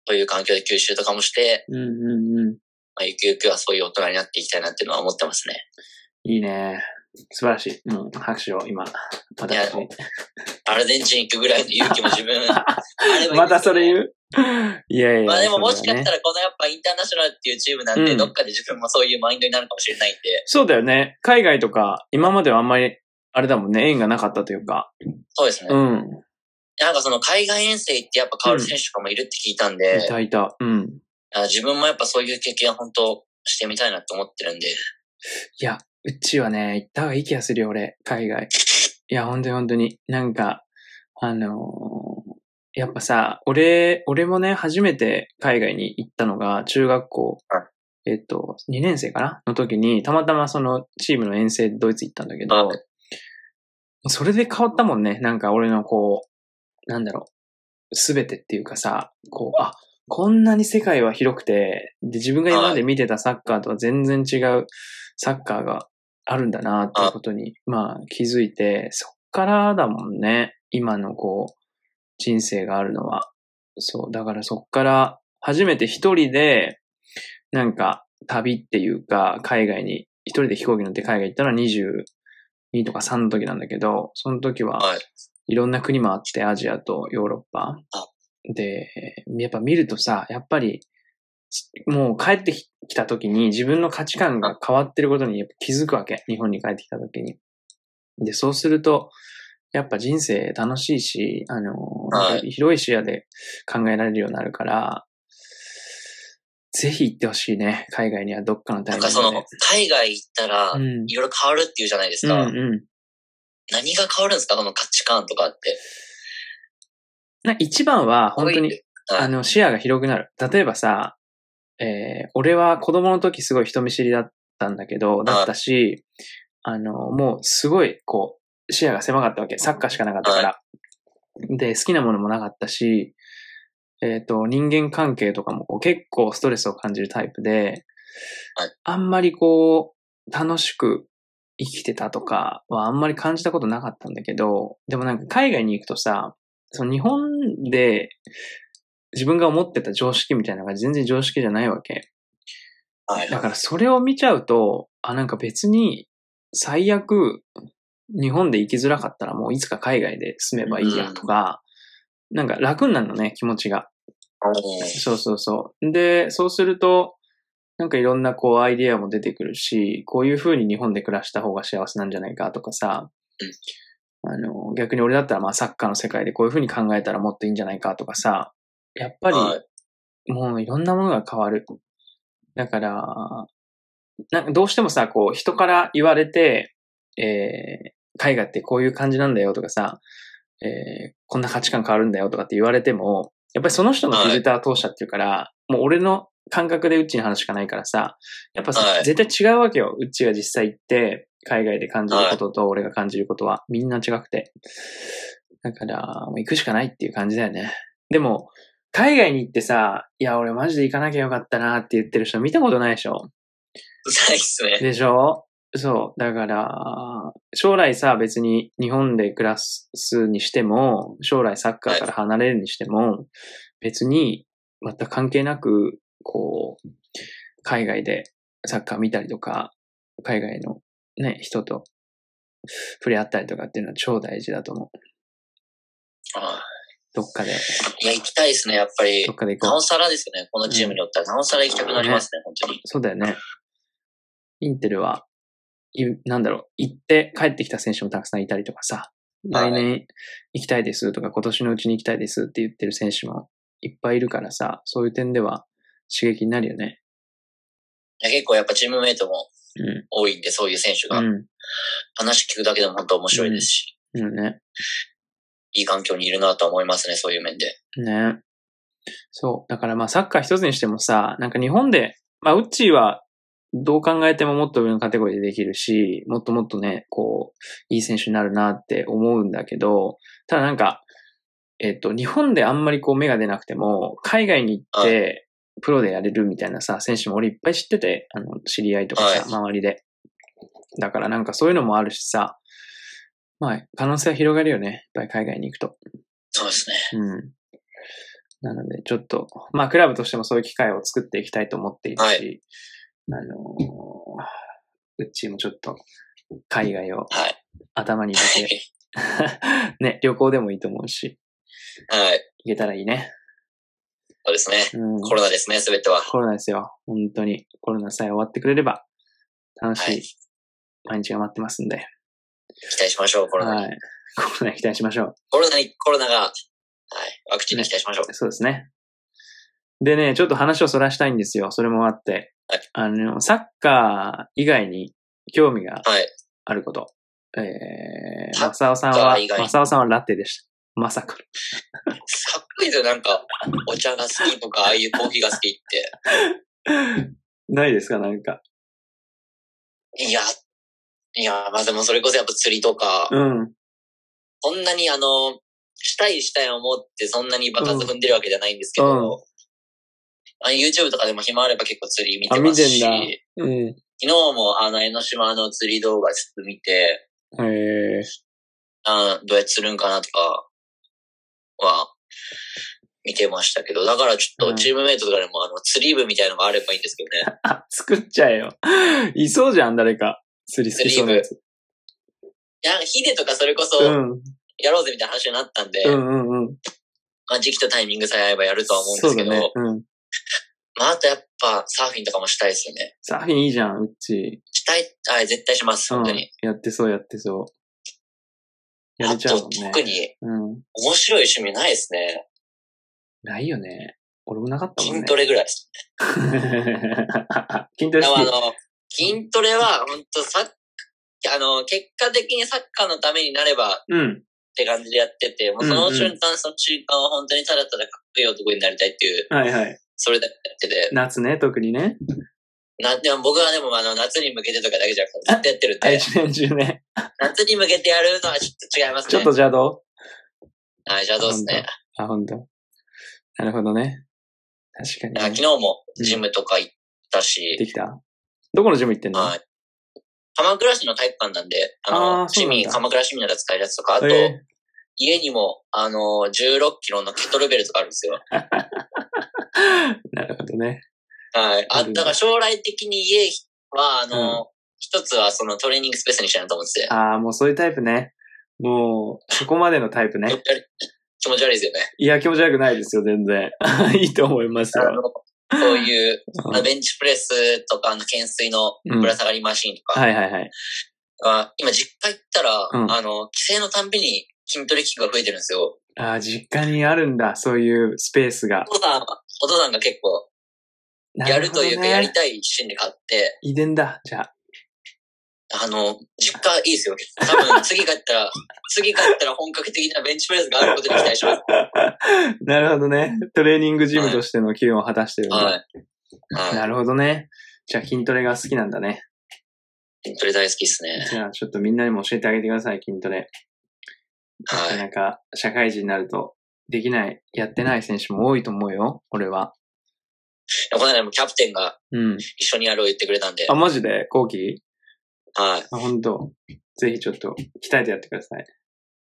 そういう環境で吸収とかもして、
うん。うん。うん。
まあ、ゆくゆくはそういう大人になっていきたいなっていうのは思ってますね。
いいね。素晴らしい。もう拍手を今、私に。
アルゼンチン行くぐらいの勇気も 自分、あればいいんですけど
またそれ言う いやいや。
まあでももしか
そうだね
したらこのやっぱインターナショナルっていうチームなん
う
で、
ん
どっかで自分もそういうマインドになるかもしれないんで、
そうだよね。海外とか、今まではあんまり、あれだもんね、縁がなかったというか。
そうですね。
うん。
なんかその海外遠征行ってやっぱ変わる選手とかもいるって聞いたん
い
で、
たいた。うん。
あ自分もやっぱそういう経験は本当してみたいなと思ってるんで、
いや、うちはね、行った方がいい気がするよ、俺、海外。いや、本当に本当に。なんか、あのーやっぱさ、俺、俺もね、初めて海外に行ったのが、中学校
は、
えっと、2年生かなの時に、たまたまその、チームの遠征でドイツ行ったんだけど
は、
それで変わったもんね。なんか俺のこう、なんだろう、すべてっていうかさ、こう、あ、こんなに世界は広くて、で、自分が今まで見てたサッカーとは全然違うサッカーがあるんだな、っていうことに、まあ気づいて、そっからだもんね。今のこう、人生があるのは。そう、だからそっから、初めて一人で、なんか、旅っていうか、海外に、一人で飛行機乗って海外行ったのは22とか3の時なんだけど、その時は
はい。
いろんな国もあって、アジアとヨーロッパ
あ。
で、やっぱ見るとさ、やっぱり、もう帰ってききた時に自分の価値観が変わってることにやっぱ気づくわけ。日本に帰ってきた時に。で、そうすると、やっぱ人生楽しいし、あの、
はい
広い視野で考えられるようになるから、ぜひ行ってほしいね。海外にはどっかのタ
な
イ
ん
ミング
か
で。
その、海外行ったら
う、ん
いろいろ変わるっていうじゃないです
う
か。
んうん。
何が変わるんですかその価値観とかって。
な一番は本当
多いん
に
で、はい
あの、視野が広くなる。例えばさ、えー俺は子供の時すごい人見知りだったんだけど、だったし、あの、もうすごい、こう、視野が狭かったわけ。サッカーしかなかったから。で、好きなものもなかったし、えっ、と、人間関係とかもこう結構ストレスを感じるタイプで
はい、
あんまりこう、楽しく生きてたとかはあんまり感じたことなかったんだけど、でもなんか海外に行くとさ、その日本で自分が思ってた常識みたいなのが全然常識じゃないわけ。
はい。
だからそれを見ちゃうと、あ、なんか別に最悪日本で生きづらかったらもういつか海外で住めばいいやとか、なんか楽になるのね、気持ちが。
うん
そうそうそう。で、そうすると、なんかいろんなこうアイディアも出てくるし、こういう風に日本で暮らした方が幸せなんじゃないかとかさ、あの、逆に俺だったらまあサッカーの世界でこういう風に考えたらもっといいんじゃないかとかさ、やっぱり
はい
もういろんなものが変わる。だから、なんかどうしてもさ、こう人から言われて、えー、絵画ってこういう感じなんだよとかさ、えー、こんな価値観変わるんだよとかって言われても、やっぱりその人のフィルター通しちゃってるから、もう俺の感覚でうちに話しかないからさ、やっぱさ、
はい
絶対違うわけよ。うちが実際行って、海外で感じることと俺が感じることは、みんな違くて。だから、もう行くしかないっていう感じだよね。でも、海外に行ってさ、いや、俺マジで行かなきゃよかったなって言ってる人見たことないでしょ。
ないっすね。
でしょそう。だから、将来さ、別に日本で暮らすにしても、将来サッカーから離れるにしても、別に全く関係なく、こう、海外でサッカー見たりとか、海外のね、人と触れ合ったりとかっていうのは超大事だと思う。
は
どっかで、
いや、行きたいですね、やっぱり
どっ。かで行
な
こ
お
う。
さらですよね、このチームによったら。なおさら行きたくなりますね、本当に。
そうだよね。インテルは、いなんだろう、行って帰ってきた選手もたくさんいたりとかさ、
は
来
い
年行きたいですとか、今年のうちに行きたいですって言ってる選手もいっぱいいるからさ、そういう点では刺激になるよね。
いや結構やっぱチームメイトも
う
多いんで、そういう選手が。
ん。う
話聞くだけでも本当面白いですし、
ん。うんね。
いい環境にいるなとは思いますね、そういう面で。
ね。そう。だからまあサッカー一つにしてもさ、なんか日本で、まあウッチーはどう考えてももっと上のカテゴリーでできるし、もっともっとね、こう、いい選手になるなって思うんだけど、ただなんか、えっと、日本であんまりこう目が出なくても、海外に行って、プロでやれるみたいなさ、選手も俺いっぱい知ってて、あの、知り合いとかさ、
はい
周りで。だからなんかそういうのもあるしさ、まあ、可能性は広がるよね。やっぱり海外に行くと。
そうですね。
うん。なので、ちょっと、まあ、クラブとしてもそういう機会を作っていきたいと思っているし、
は
あのーうちもちょっと、海外を
はい。
頭に入れて、 ね、旅行でもいいと思うし、
はい。
行けたらいいね。
そうですね。
うん。
コロナですね、すべては。
コロナですよ。本当に。コロナさえ終わってくれれば、楽
は
し
い
い。毎日が待ってますんで。
期待しましょう、コロナに。
はい。コロナに期待しましょう。
コロナに、コロナが、はい。ワクチンに期待しましょう。
そうですね。でね、ちょっと話をそらしたいんですよ。それもあって
はい。
あの、サッカー以外に興味が
はい。
あること。えー、
サッ
マサオさん
サッ
は
カー以、外
マサオさんはラテでした。まさか。
かっこいいですよ、なんか、お茶が好きとか、ああいうコーヒーが好きって。
ないですかなんか。
いや、いや、まあでもそれこそやっぱ釣りとか、
うん。
そんなにあの、したいしたい思ってそんなにバカず踏んでるわけじゃないんですけ
うん
ど、あの YouTube とかでも暇あれば結構釣り見て
あ
ま
見
す
て
し、
んだ
昨
うん。
日もあの江ノ島の釣り動画ちょっと見て、
えー、
あどうやって釣るんかなとかは見てましたけど、だからちょっ
うん
とチームメイトとかでもあの釣り部みたいなのがあればいいんですけどね。
あ、作っちゃえよ。いそうじゃん、誰か。釣り好きそうなやつ。
いや、ヒデとかそれこ
う
そ
ん。うん
やろうぜみたいな話になったんで、
うんうん。
まあ時期とタイミングさえ合えばやるとは思うんですけど、
そうだね。うん。
まああとやっぱサーフィンとかもしたいですよね。
サーフィンいいじゃん、うち。
したい、はい、絶対します、
うん
本当に。。
やってそう、やってそう。やれちゃうもん
あ
ね
と。特に
うん。
面白い趣味ないですね。
ないよね。俺もなかったもんね。
筋トレぐらいです。
筋トレ
でもあの
好き。、
筋トレは本当サッあの、結果的にサッカーのためになればっ
うん。
て感じでやってて、もうその瞬間、その瞬間は本当にただただかっこいい男になりたいっていう、
はいはい。
それだけやってて。
夏ね、特にね。
な、でも僕はでもあの、夏に向けてとかだけじゃなくて、ずっとやってるん
あ
で、
一年中ね。
夏に向けてやるのはちょっと違いますね。
ちょっと邪道。
はい、じゃあどうですね。
あ、ほんと。なるほどね。確か
あ昨
に
日。もジムとか行ったし、
できたどこのジム行ってんの
はい。鎌倉市の体育館なんで、あ
あー
の、
そうな
市
んだ
民、鎌倉市民なら使えるやつとか、あと、
え
家にも、あの、16キロのケトルベルとかあるんですよ。
ーなるほどね。
はい。
あ
あ、
るんだ
だから将来的に家は、あ
う
の、一、つはそのトレーニングスペースにしたいなと思ってて。
ああ、もうそういうタイプね。もう、そこまでのタイプね。
気持ち悪い ですよね。
いや、気持ち悪くないですよ、全然。 いいと思います
あ
よ。
の、そういう、
うん
あのベンチプレスとか、あの、懸垂の
うん
ぶら下がりマシーンとか、
はいはいはい。
あ今実家行ったら、
うん
あの、帰省のたんびに筋トレ器具が増えてるんですよ。
ああ、実家にあるんだ、そういうスペースが
お。父さん、お父さんが結構、やるというか、
な
や
ほ
り
どね
たい一心で買って、
遺伝だ、じゃあ。
あの、実家いいですよ。多分、次帰っ たら、次帰ったら本格的なベンチプレスがあることに期待します。
なるほどね。トレーニングジムとしての機能を果たしてるんだ。
はい。は
なるほどね。じゃあ筋トレが好きなんだね。
い。筋トレ大好きですね。
じゃあちょっとみんなにも教えてあげてください、筋トレ。な
は
か
い。
なか社会人になるとできない、やってない選手も多いと思うよ、俺は。
この間もキャプテンが
うん。
一緒にやろう言ってくれたんで
あ、、マジで後期
はい。
あ、本当ぜひちょっと鍛えてやってください。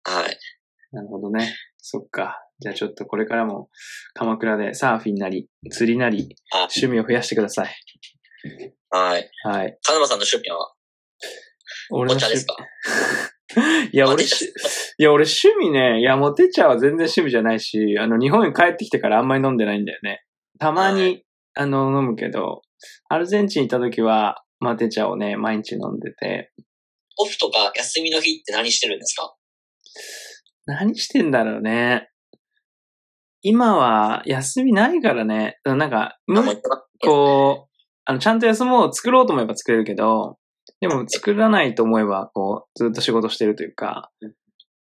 はい。
なるほどね。そっか。じゃあちょっとこれからも鎌倉でサーフィンなり、釣りなり、
あ
趣味を増やしてください。
はい。
はい。
金間さんの趣味は
俺
お
の
茶
趣
ですか
いや、俺
モテち
し、いや、俺趣味ね、いや、モテ茶は全然趣味じゃないし、あの、日本に帰ってきてからあんまり飲んでないんだよね。たまに、
は
あの、飲むけど、アルゼンチン行った時は、マテ茶をね、毎日飲んでて、
オフとか休みの日って何してるんですか
何してんだろうね。今は休みないからね、なんか、
あんまり
こう、あの、ちゃんと休もうを作ろうと思えば作れるけど、でも作らないと思えば、こう、ずっと仕事してるというか、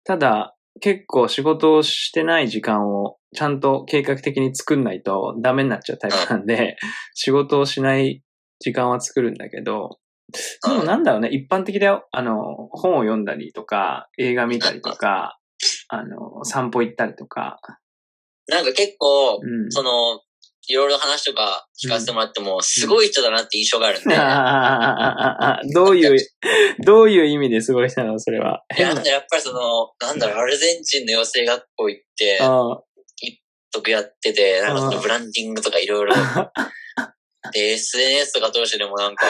ただ、結構仕事をしてない時間をちゃんと計画的に作んないとダメになっちゃうタイプなんで、仕事をしない時間は作るんだけど、でもなんだろうね、一般的だよ。あの、本を読んだりとか、映画見たりとか、あの、散歩行ったりとか、
なんか結構、
うん。
その、いろいろ話とか聞かせてもらっても、すごい人だなって印象があるんで、
ああ
な
ああああ どういう、どういう意味ですごい人なのそれは。
んだやっぱりその、なんだろう、アルゼンチンの養成学校行って、
あ
得やってて、なんかそ
うん
のブランディングとかいろ いろ、で、SNS とか通してでもなんか、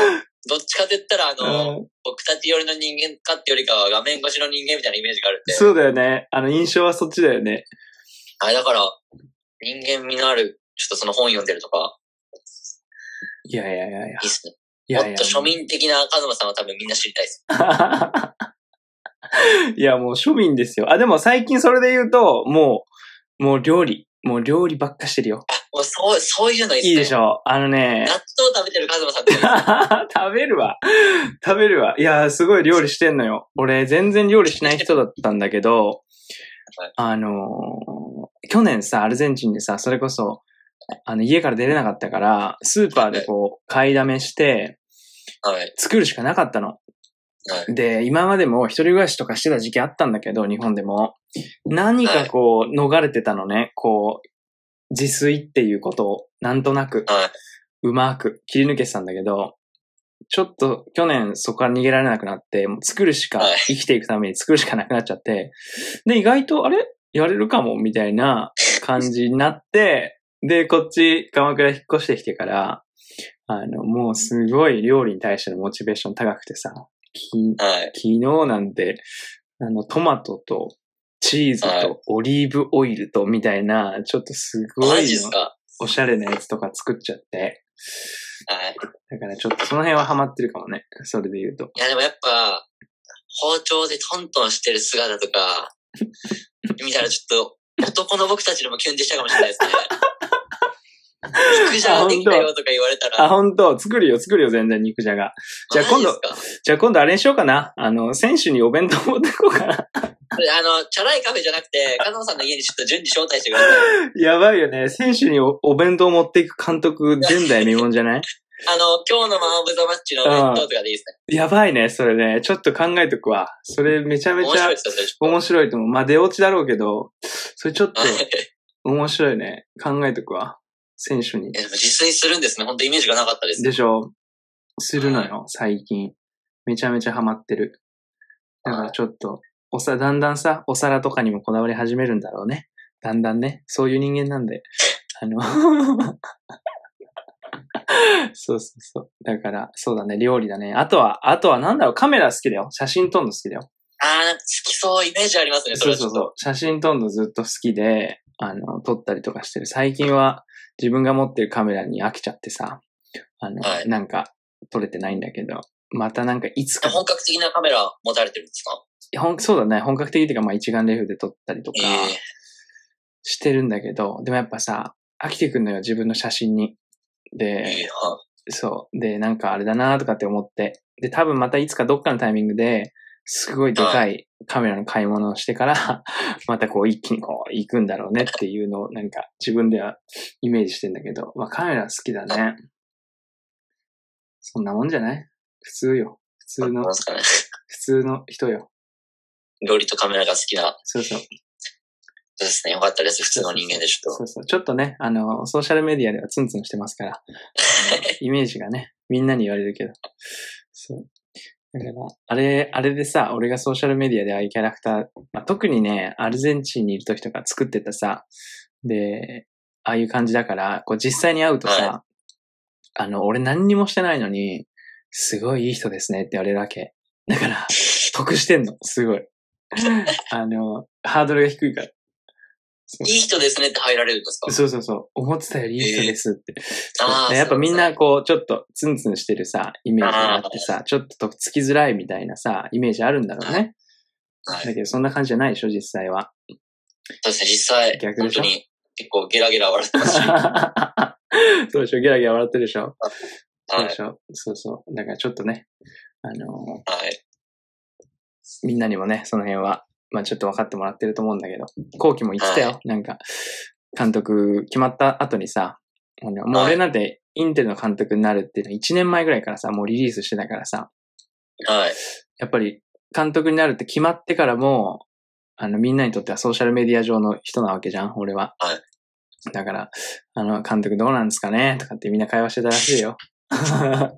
どっちかって言ったら、あ
あ
の、僕たち寄りの人間かってよりかは画面越しの人間みたいなイメージがあるんで、
そうだよね。あの、印象はそっちだよね。
あれだから、人間味のある、ちょっとその本読んでるとか、
いやいやいやいや。
いいっすね。
いやい
もっ
や
と庶民的なカズマさんは多分みんな知りたいです。
いや、もう庶民ですよ。あ、でも最近それで言うと、もう、もう料理。もう料理ばっかしてるよ。
もうそう、そういうのいいっすね。
いいでしょう。あのね
納。豆食べてるカズマさんっていいっすね。
食べるわ。食べるわ。いやー、すごい料理してんのよ。俺、全然料理しない人だったんだけど
はい、
あのー去年さ、アルゼンチンでさ、それこそ、あの、家から出れなかったから、スーパーでこう、買いだめして、
はい。
作るしかなかったの。
はい。
で、今までも一人暮らしとかしてた時期あったんだけど、日本でも。何かこう、逃れてたのね。こう、自炊っていうことを、なんとなく。
はいう
まく切り抜けてたんだけど、ちょっと去年そこから逃げられなくなって、もう作るしか
はい、
生きていくために作るしかなくなっちゃって、で、意外と、あれやれるかもみたいな感じになって、で、こっち、鎌倉引っ越してきてから、あの、もうすごい料理に対してのモチベーション高くてさ、き
はい。
昨日なんて、あの、トマトと、チーズ
は
と、オリーブオイルと、みたいな、ちょっとすご
マ
い
ジですかは
おしゃれなやつとか作っちゃって、
い。
だからちょっとその辺はハマってるかもね。それで言うと。
いや、でもやっぱ、包丁でトントンしてる姿と か、見たらちょっと、男の僕たちでもキュンでしたかもしれないで すね。肉じゃができたよとか言われた
あ、
ら。
ほんと、作るよ、作るよ、全然肉じゃが。じゃあ今度
マジです
じゃあ今度あれにしようかな。あの、選手にお弁当持ってこうかな。
かあの、チャラいカフェじゃなくて、加藤さんの家にちょっと順次招待してくださ い。
やばいよね。選手におお弁当持っていく監督、前代未聞じゃない
あの、今日のマン・オブ・ザ・マッチのお弁当とかでいいです
やばいね、それね。ちょっと考えとくわ。それめちゃ
ね。
め
面
ちゃ
白いですよ、それちょっ
面白いと思う。まあ、出落ちだろうけど、それちょっ と
と。 はい
面白いね。考えとくわ。選手に
い。やでも実践するんですね。本当イメージがなかったです。
でしょするのよ、最近。めちゃめちゃハマってる。だからちょっと、おさ、だんだんさ、お皿とかにもこだわり始めるんだろうね。だんだんね、そういう人間なんで。あの、そうそうそう。だから、そうだね、料理だね。あとは、あとはなんだろう、カメラ好きだよ。写真撮るの好きだよ。
あー、なんか好きそう、イメージありますね、そ
そう
れはち
そ
ょ
う
っと。
そう。写真撮るのずっと好きで、あの、撮ったりとかしてる。最近は自分が持ってるカメラに飽きちゃってさ、あの、
はい
なんか撮れてないんだけど、またなんかいつか、
本格的なカメラ持たれてるんですか
ほんそうだね、本格的っていうか、まあ一眼レフで撮ったりとか
ええ
してるんだけど、でもやっぱさ、飽きてくんのよ、自分の写真に。
え
で、
えは
そう。で、なんかあれだなとかって思って。で、多分またいつかどっかのタイミングで、すごいでかいカメラの買い物をしてから、 またこう一気にこう行くんだろうねっていうのをなんか自分ではイメージしてんだけど、まあカメラ好きだね。そんなもんじゃない普通よ。普通の
なん、ですかね。
普通の人よ。
料理とカメラが好きな、
そうそう。
そうですね。よかったです。普通の人間でちょっ
そうそう。ちょっとね、あの、ソーシャルメディアではツンツンしてますから、あのイメージがね、みんなに言われるけど。そう。だから、あれ、あれでさ、俺がソーシャルメディアでああいうキャラクター、まあ、特にね、アルゼンチンにいる時とか作ってたさ、で、ああいう感じだから、こう実際に会うとさ、あの、俺何にもしてないのに、すごいいい人ですねって言われるわけ。だから、得してんの。すごい。あの、ハードルが低いから。そう
いい人ですねって入られるんですか
そうそうそう。思ってたよりいい人ですって。そう
あー
ねやっぱみん
そう
な
そ
こう、ちょっとツンツンしてるさ、イメージがあってさ、ちょっととっつきづらいみたいなさ、イメージあるんだろうね。
はい
だけどそんな感じじゃないでしょ、実際 は。
そうですね、実際、
逆で
本
し
当
ょ
に結構ゲラゲラ笑ってました。
そうでしょ、ギャラギャラ笑ってるでしょ。そ
は
う
い
で。しょ。そうそう。だからちょっとね、あの
はい。
ーみんなにもね、その辺は、まあちょっと分かってもらってると思うんだけど、後期も言ってたよ。
は
なんか、監督決まった後にさ、あのもう俺なんてインテルの監督になるっていうのは1年前ぐらいからさ、もうリリースしてたからさ、
はい。
やっぱり監督になるって決まってからも、あのみんなにとってはソーシャルメディア上の人なわけじゃん、俺は。
はい
だから、あの、監督どうなんですかねとかってみんな会話してたらしいよ。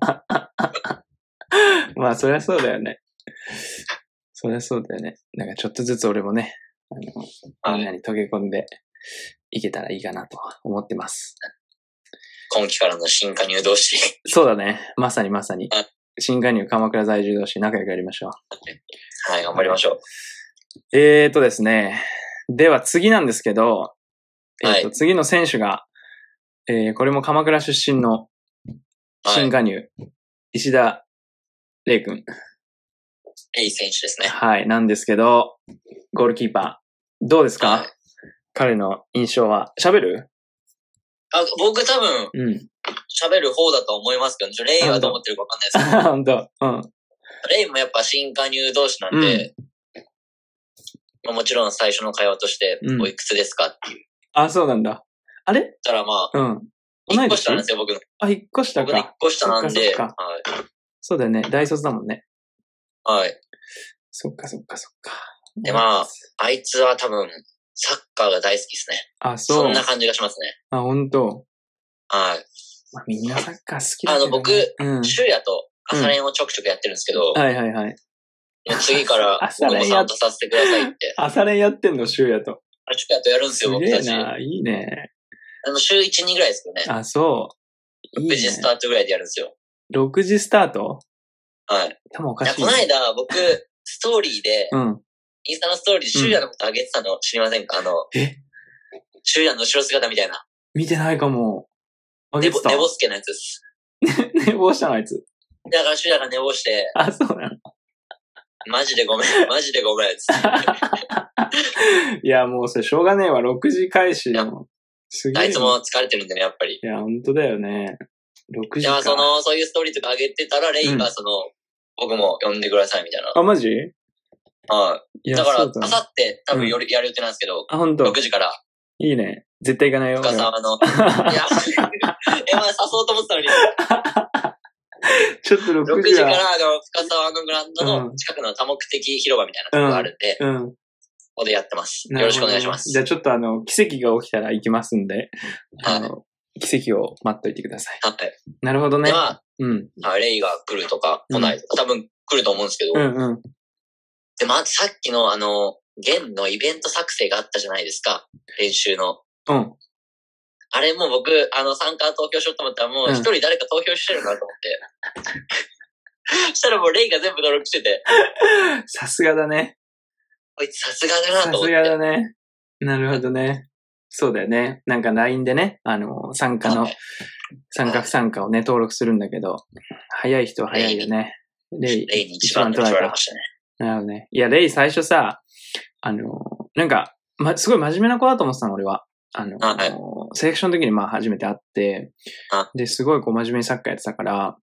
まあ、そりゃそうだよね。そりゃそうだよね。なんかちょっとずつ俺もね、あの、
はい
みんなに溶け込んでいけたらいいかなと思ってます。
今期からの新加入同士。
そうだね。まさにまさに
はい。
新加入鎌倉在住同士仲良くやりましょう。
はい、頑張りましょう。
えーとですね。では次なんですけど、えーと
は
次の選手が、えーこれも鎌倉出身の新加入、石田玲君。
レイ選手ですね。
はい、なんですけど、ゴールキーパー。どうですか、
はい
彼の印象は。喋る
あ僕多分
うん。
喋る方だと思いますけど、ちょレイはどう思ってるかわかんないですけ
本当うん。
ど、レイもやっぱ新加入同士なんで、まあ、もちろん最初の会話として
う、ん
おいくつですかって言っ
あ、そうなんだ。あれ
たら、まあ、
うん。同
1
い
個下なん
年
ですよ、僕の。
あ、引っ越した
僕の1
か。
個下なんで、
そ
は
っかそうだよね。大卒だもんね。
い。はい。
そっかそっかそっか。
でまあいつは多分、サッカーが大好きですね。
あ、
そ。
そうん
な感じがしますね。
あ、本当
はい。
まあ、みんなサッカー好きだけど、ね。
あの僕
うん。
シュウヤと朝練をちょくちょくやってるんですけど、
はいはいはい。
次 から僕も参加させてくださいって。
朝練やってんの、週やと。
あれシュウヤとやるんです
す
よ、僕
げえ
たち。あ
な、いいね。
の、週1、2ぐらいですよね。
あ、そう。いい
9
ね。
時スタートぐらいでやるんですよ。
6時スタート
はい。
頭おか
いや
しい
この
ね。
間、僕、ストーリーで、
うん。
インスタのストーリーで、シュウヤのことあげてたの知りませんかあの、
え
シュウヤの後ろ姿みたいな。
見てないかも。あげ
寝
て
ぼ、
た
寝。ぼすけのやつです。
寝坊したの、あいつ。
だからシュウヤが寝坊して、
あ、そうなの。
マジでごめん、マジでごめん、つって。
いや、もうそれしょうがねえわ。6時開始だもん。すげえ
あ
な。
いつも疲れてるんでね、やっぱり。
いや、本当だよね。6
い
時か。
や、その、そういうストーリーとかあげてたら、レイ
う
が
ん
その、僕も呼んでください、みたいな。
あ、マジい
は
や
い。だから、
そうだ
あ
ね
さって、多分よりやる予定なんですけど、
あ、本
6
当。
時から、
いいね。絶対行かないよ。
深
俺
さ
は
ん、あの、いや、え、まあ、誘おうと思ってたのに、
ちょっと
6
6
時
時
から
は。
あの深沢のグラウンドの近くの多目的広場みたいなところがあるんで、こ
うん。
こでやってます。
な
よろ
る
し
ほど
くお
ね
願いします。
じゃあちょっとあの、奇跡が起きたら行きますんで、
はい
あの、奇跡を待っといてください。
はい。
なるほどね
で、。ま
うん。
あ、レイが来るとか来ないとか、多分来ると思うんですけど、
うんうん。
で、まずさっきのあの、弦のイベント作成があったじゃないですか。練習の。
うん。
あれもう僕、あの、参加投票しようと思ったらもう
うん
一人誰か投票してるなと思 って。したらもうレイが全部登録してて、
さすがだね。
こいつさすがだな
さ
と思っ
す
て。
がだね。なるほどね。そうだよね。なんか LINE でね、あの、参加の
はい、
参加不参加をね、登録するんだけど、早い人は早いよね。レイ、
レイに一番取
取られ
られ
た
ま。したね。
なるほどね。いや、レイ最初さ、あの、なんか、ま、すごい真面目な子だと思ってたの、俺は。あの、
あは
セレクションの時にまあ初めて会って
あ、
で、すごいこう真面目にサッカーやってたから、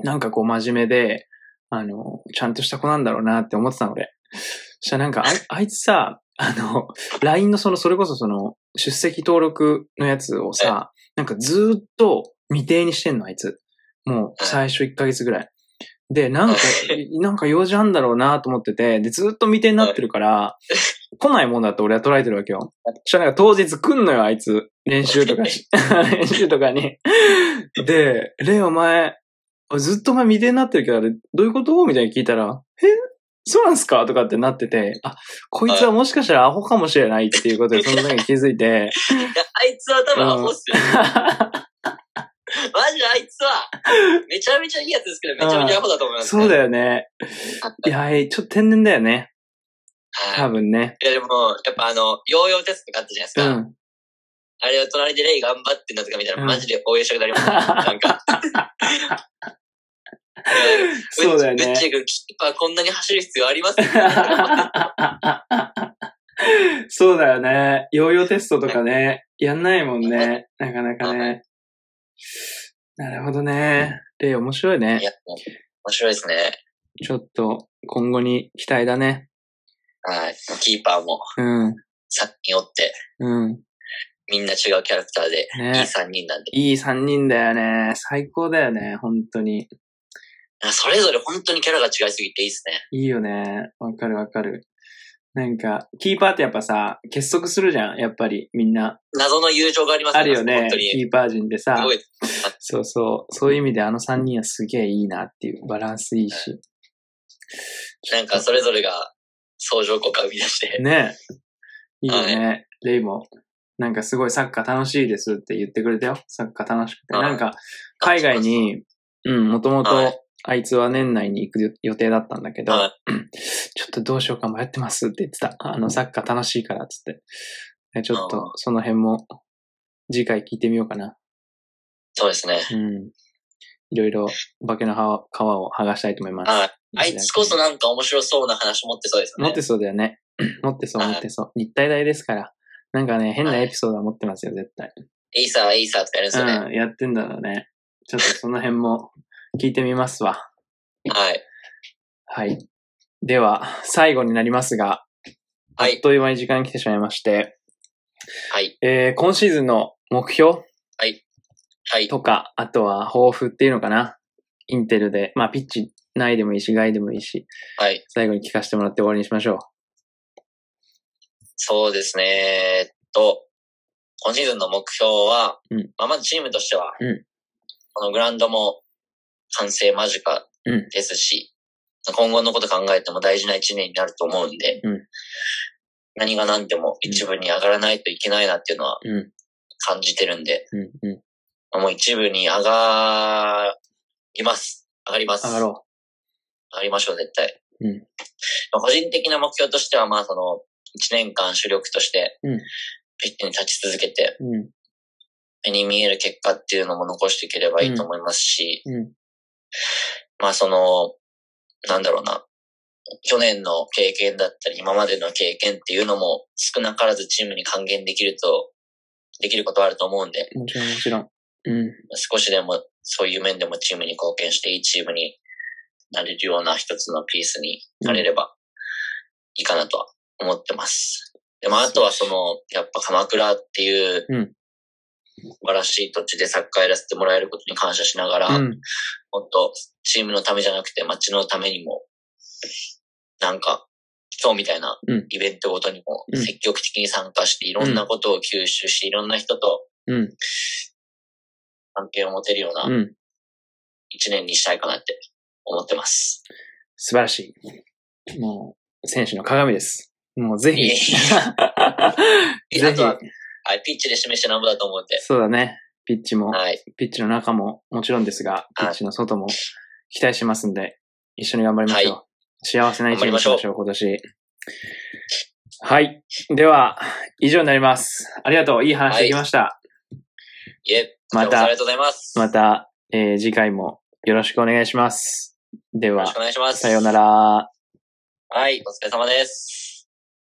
なんかこう真面目で、あの、ちゃんとした子なんだろうなって思ってたの、俺。そしたらなんかあ、 あいつさ、あの、LINE のその、それこそその、出席登録のやつをさ、なんかずーっと未定にしてんの、あいつ。もう最初1ヶ月ぐらい。で、なんか、なんか用事あんだろうなと思ってて、で、ずーっと未定になってるから、来ないもんだって俺は捉えてるわけよ。そしたらなんか当日来んのよ、あいつ。練習とかし、 練習とかに。で、レイお前、ずっとお前未定になってるけど、あれどういうことみたいに聞いたら、えそうなんすかとかってなってて、あ、こいつはもしかしたらアホかもしれないっていうことで、その時に気づいて、
いや、あいつは多分アホっすよ。マジであいつ質は、めちゃめちゃいいやつですけど、めちゃめちゃアホだと思います、
そうだよね。いや、ちょっと天然だよね。
は
多分ね。
い。いや、でも、やっぱあの、ヨーヨーテストとかあったじゃない
う
ですか。
ん。
あれを隣でレイ頑張ってんだとか見た
う
ら、
ん
マジで応援したくな ります。なんか。
そうだよ
ぶっ
ね。
ちゃけ、キッパーこんなに走る必要あ ります
そうだよね。ヨーヨーテストとかね、やんないもんね。なかなか
は
ね。なるほどね。で、面白い
い
ね。
や、もう面白いですね。
ちょっと、今後に期待だね。
はい。キーパーも、
うん。
さっきおって、
うん。
みんな違うキャラクターで、いい
ね。
3人なんで。
いい3人だよね。最高だよね。本当に。
それぞれ本当にキャラが違いすぎていいですね。
いいよね。わかるわかる。なんか、キーパーってやっぱさ、結束するじゃん。やっぱり、みんな。
謎の友情があります
あるよね
本当。に。
キーパー陣ってさ。
すごい。
そうそう。そういう意味であの3人はすげえいいなっていう。バランスいいし。
なんか、それぞれが、相乗効果を生み出して。
ねえ。いいよね。レイも、なんかすごいサッカー楽しいですって言ってくれたよ。サッカー楽しくて。
はい
なんか、海外に、うん、もとも
は
と
い、
あいつは年内に行く予定だったんだけど、
は
ちょっとどうしようか迷ってますって言ってた。あの、サッカー楽しいからっつって。ねちょっ
あー
と、その辺も、次回聞いてみようかな。
そうですね。
うん。いろいろ、化けの皮皮を剥がしたいと思います。
はい。あいつこそなんか面白そうな話持ってそうですよ
持
ね。
ってそうだよね。 持ってそう、
はい
持ってそう。日体大ですから。なんかね、変な
はい
エピソードは持ってますよ、絶対。
エイサー、エイサーとかやるんですよね。
うん、やってんだろうね。ちょっとその辺も聞いてみますわ。
はい。
はい。では、最後になりますが、あ
は
っ
い。
という間に時間が来てしまいまして、
はい。
えー、今シーズンの目標
はい。
とか、あとは抱負っていうのかな。インテルで、まあ、ピッチ内でもいいし、外でもいいし、
はい。
最後に聞かせてもらって終わりにしましょう。
そうですね。えっと、今シーズンの目標は、
うん
まあ、まずチームとしては、
うん
このグラウンドも完成間近
うん
ですし、今後のこと考えても大事な一年になると思うんで、
うん
何が何でも一部に上がらないといけないなっていうのは
うん、
感じてるんで、
うん、う
まあもう一部に上がります。上がります。
ん。上がろ
ありましょう、絶対。
うん
まあ個人的な目標としては、まあ、その、1年間主力として
うん、
ピッチに立ち続けて、
う。う
目に見える結果っていうのも残していければいいと思いますし、
ん、う
まあ、その、なんだろうな、去年の経験だったり、今までの経験っていうのも、少なからずチームに還元できると、できることはあると思うんで、
ん。もちろん、もちろん。うん。
少しでも、そういう面でもチームに貢献して、いいチームになれるような一つのピースになれればいいかなとは思ってます。でも、あとはその、やっぱ鎌倉っていう
うん、
素晴らしい土地でサッカーやらせてもらえることに感謝しながら、
うん。
もっとチームのためじゃなくて街のためにも、なんか、今日みたいな
うん
イベントごとにも
うん
積極的に参加して、いろんなことを吸収して、いろんな人と
うん。
関係を持てるような
うん。
一年にしたいかなって思ってます。
素晴らしい。もう、選手の鏡です。もうぜ
い
ひ
えい。 え
ぜ
あとは
ひ。
はい、ピッチで示してなんぼだと思うんで。
そうだね。ピッチも、
はい、
ピッチの中ももちろんですが、ピ
はい
ッチの外も期待してますんで、一緒に頑張りましょう。幸せな一年にしましょう、今年。はい。では、以上になります。ありがとう。いい話できました。
いえ、
また
こちらこそありがとうございます。
また、えー次回もよろしくお願いします。で
よろ
は
しく、お願いします。
さような。ら。
はい、お疲れ様です。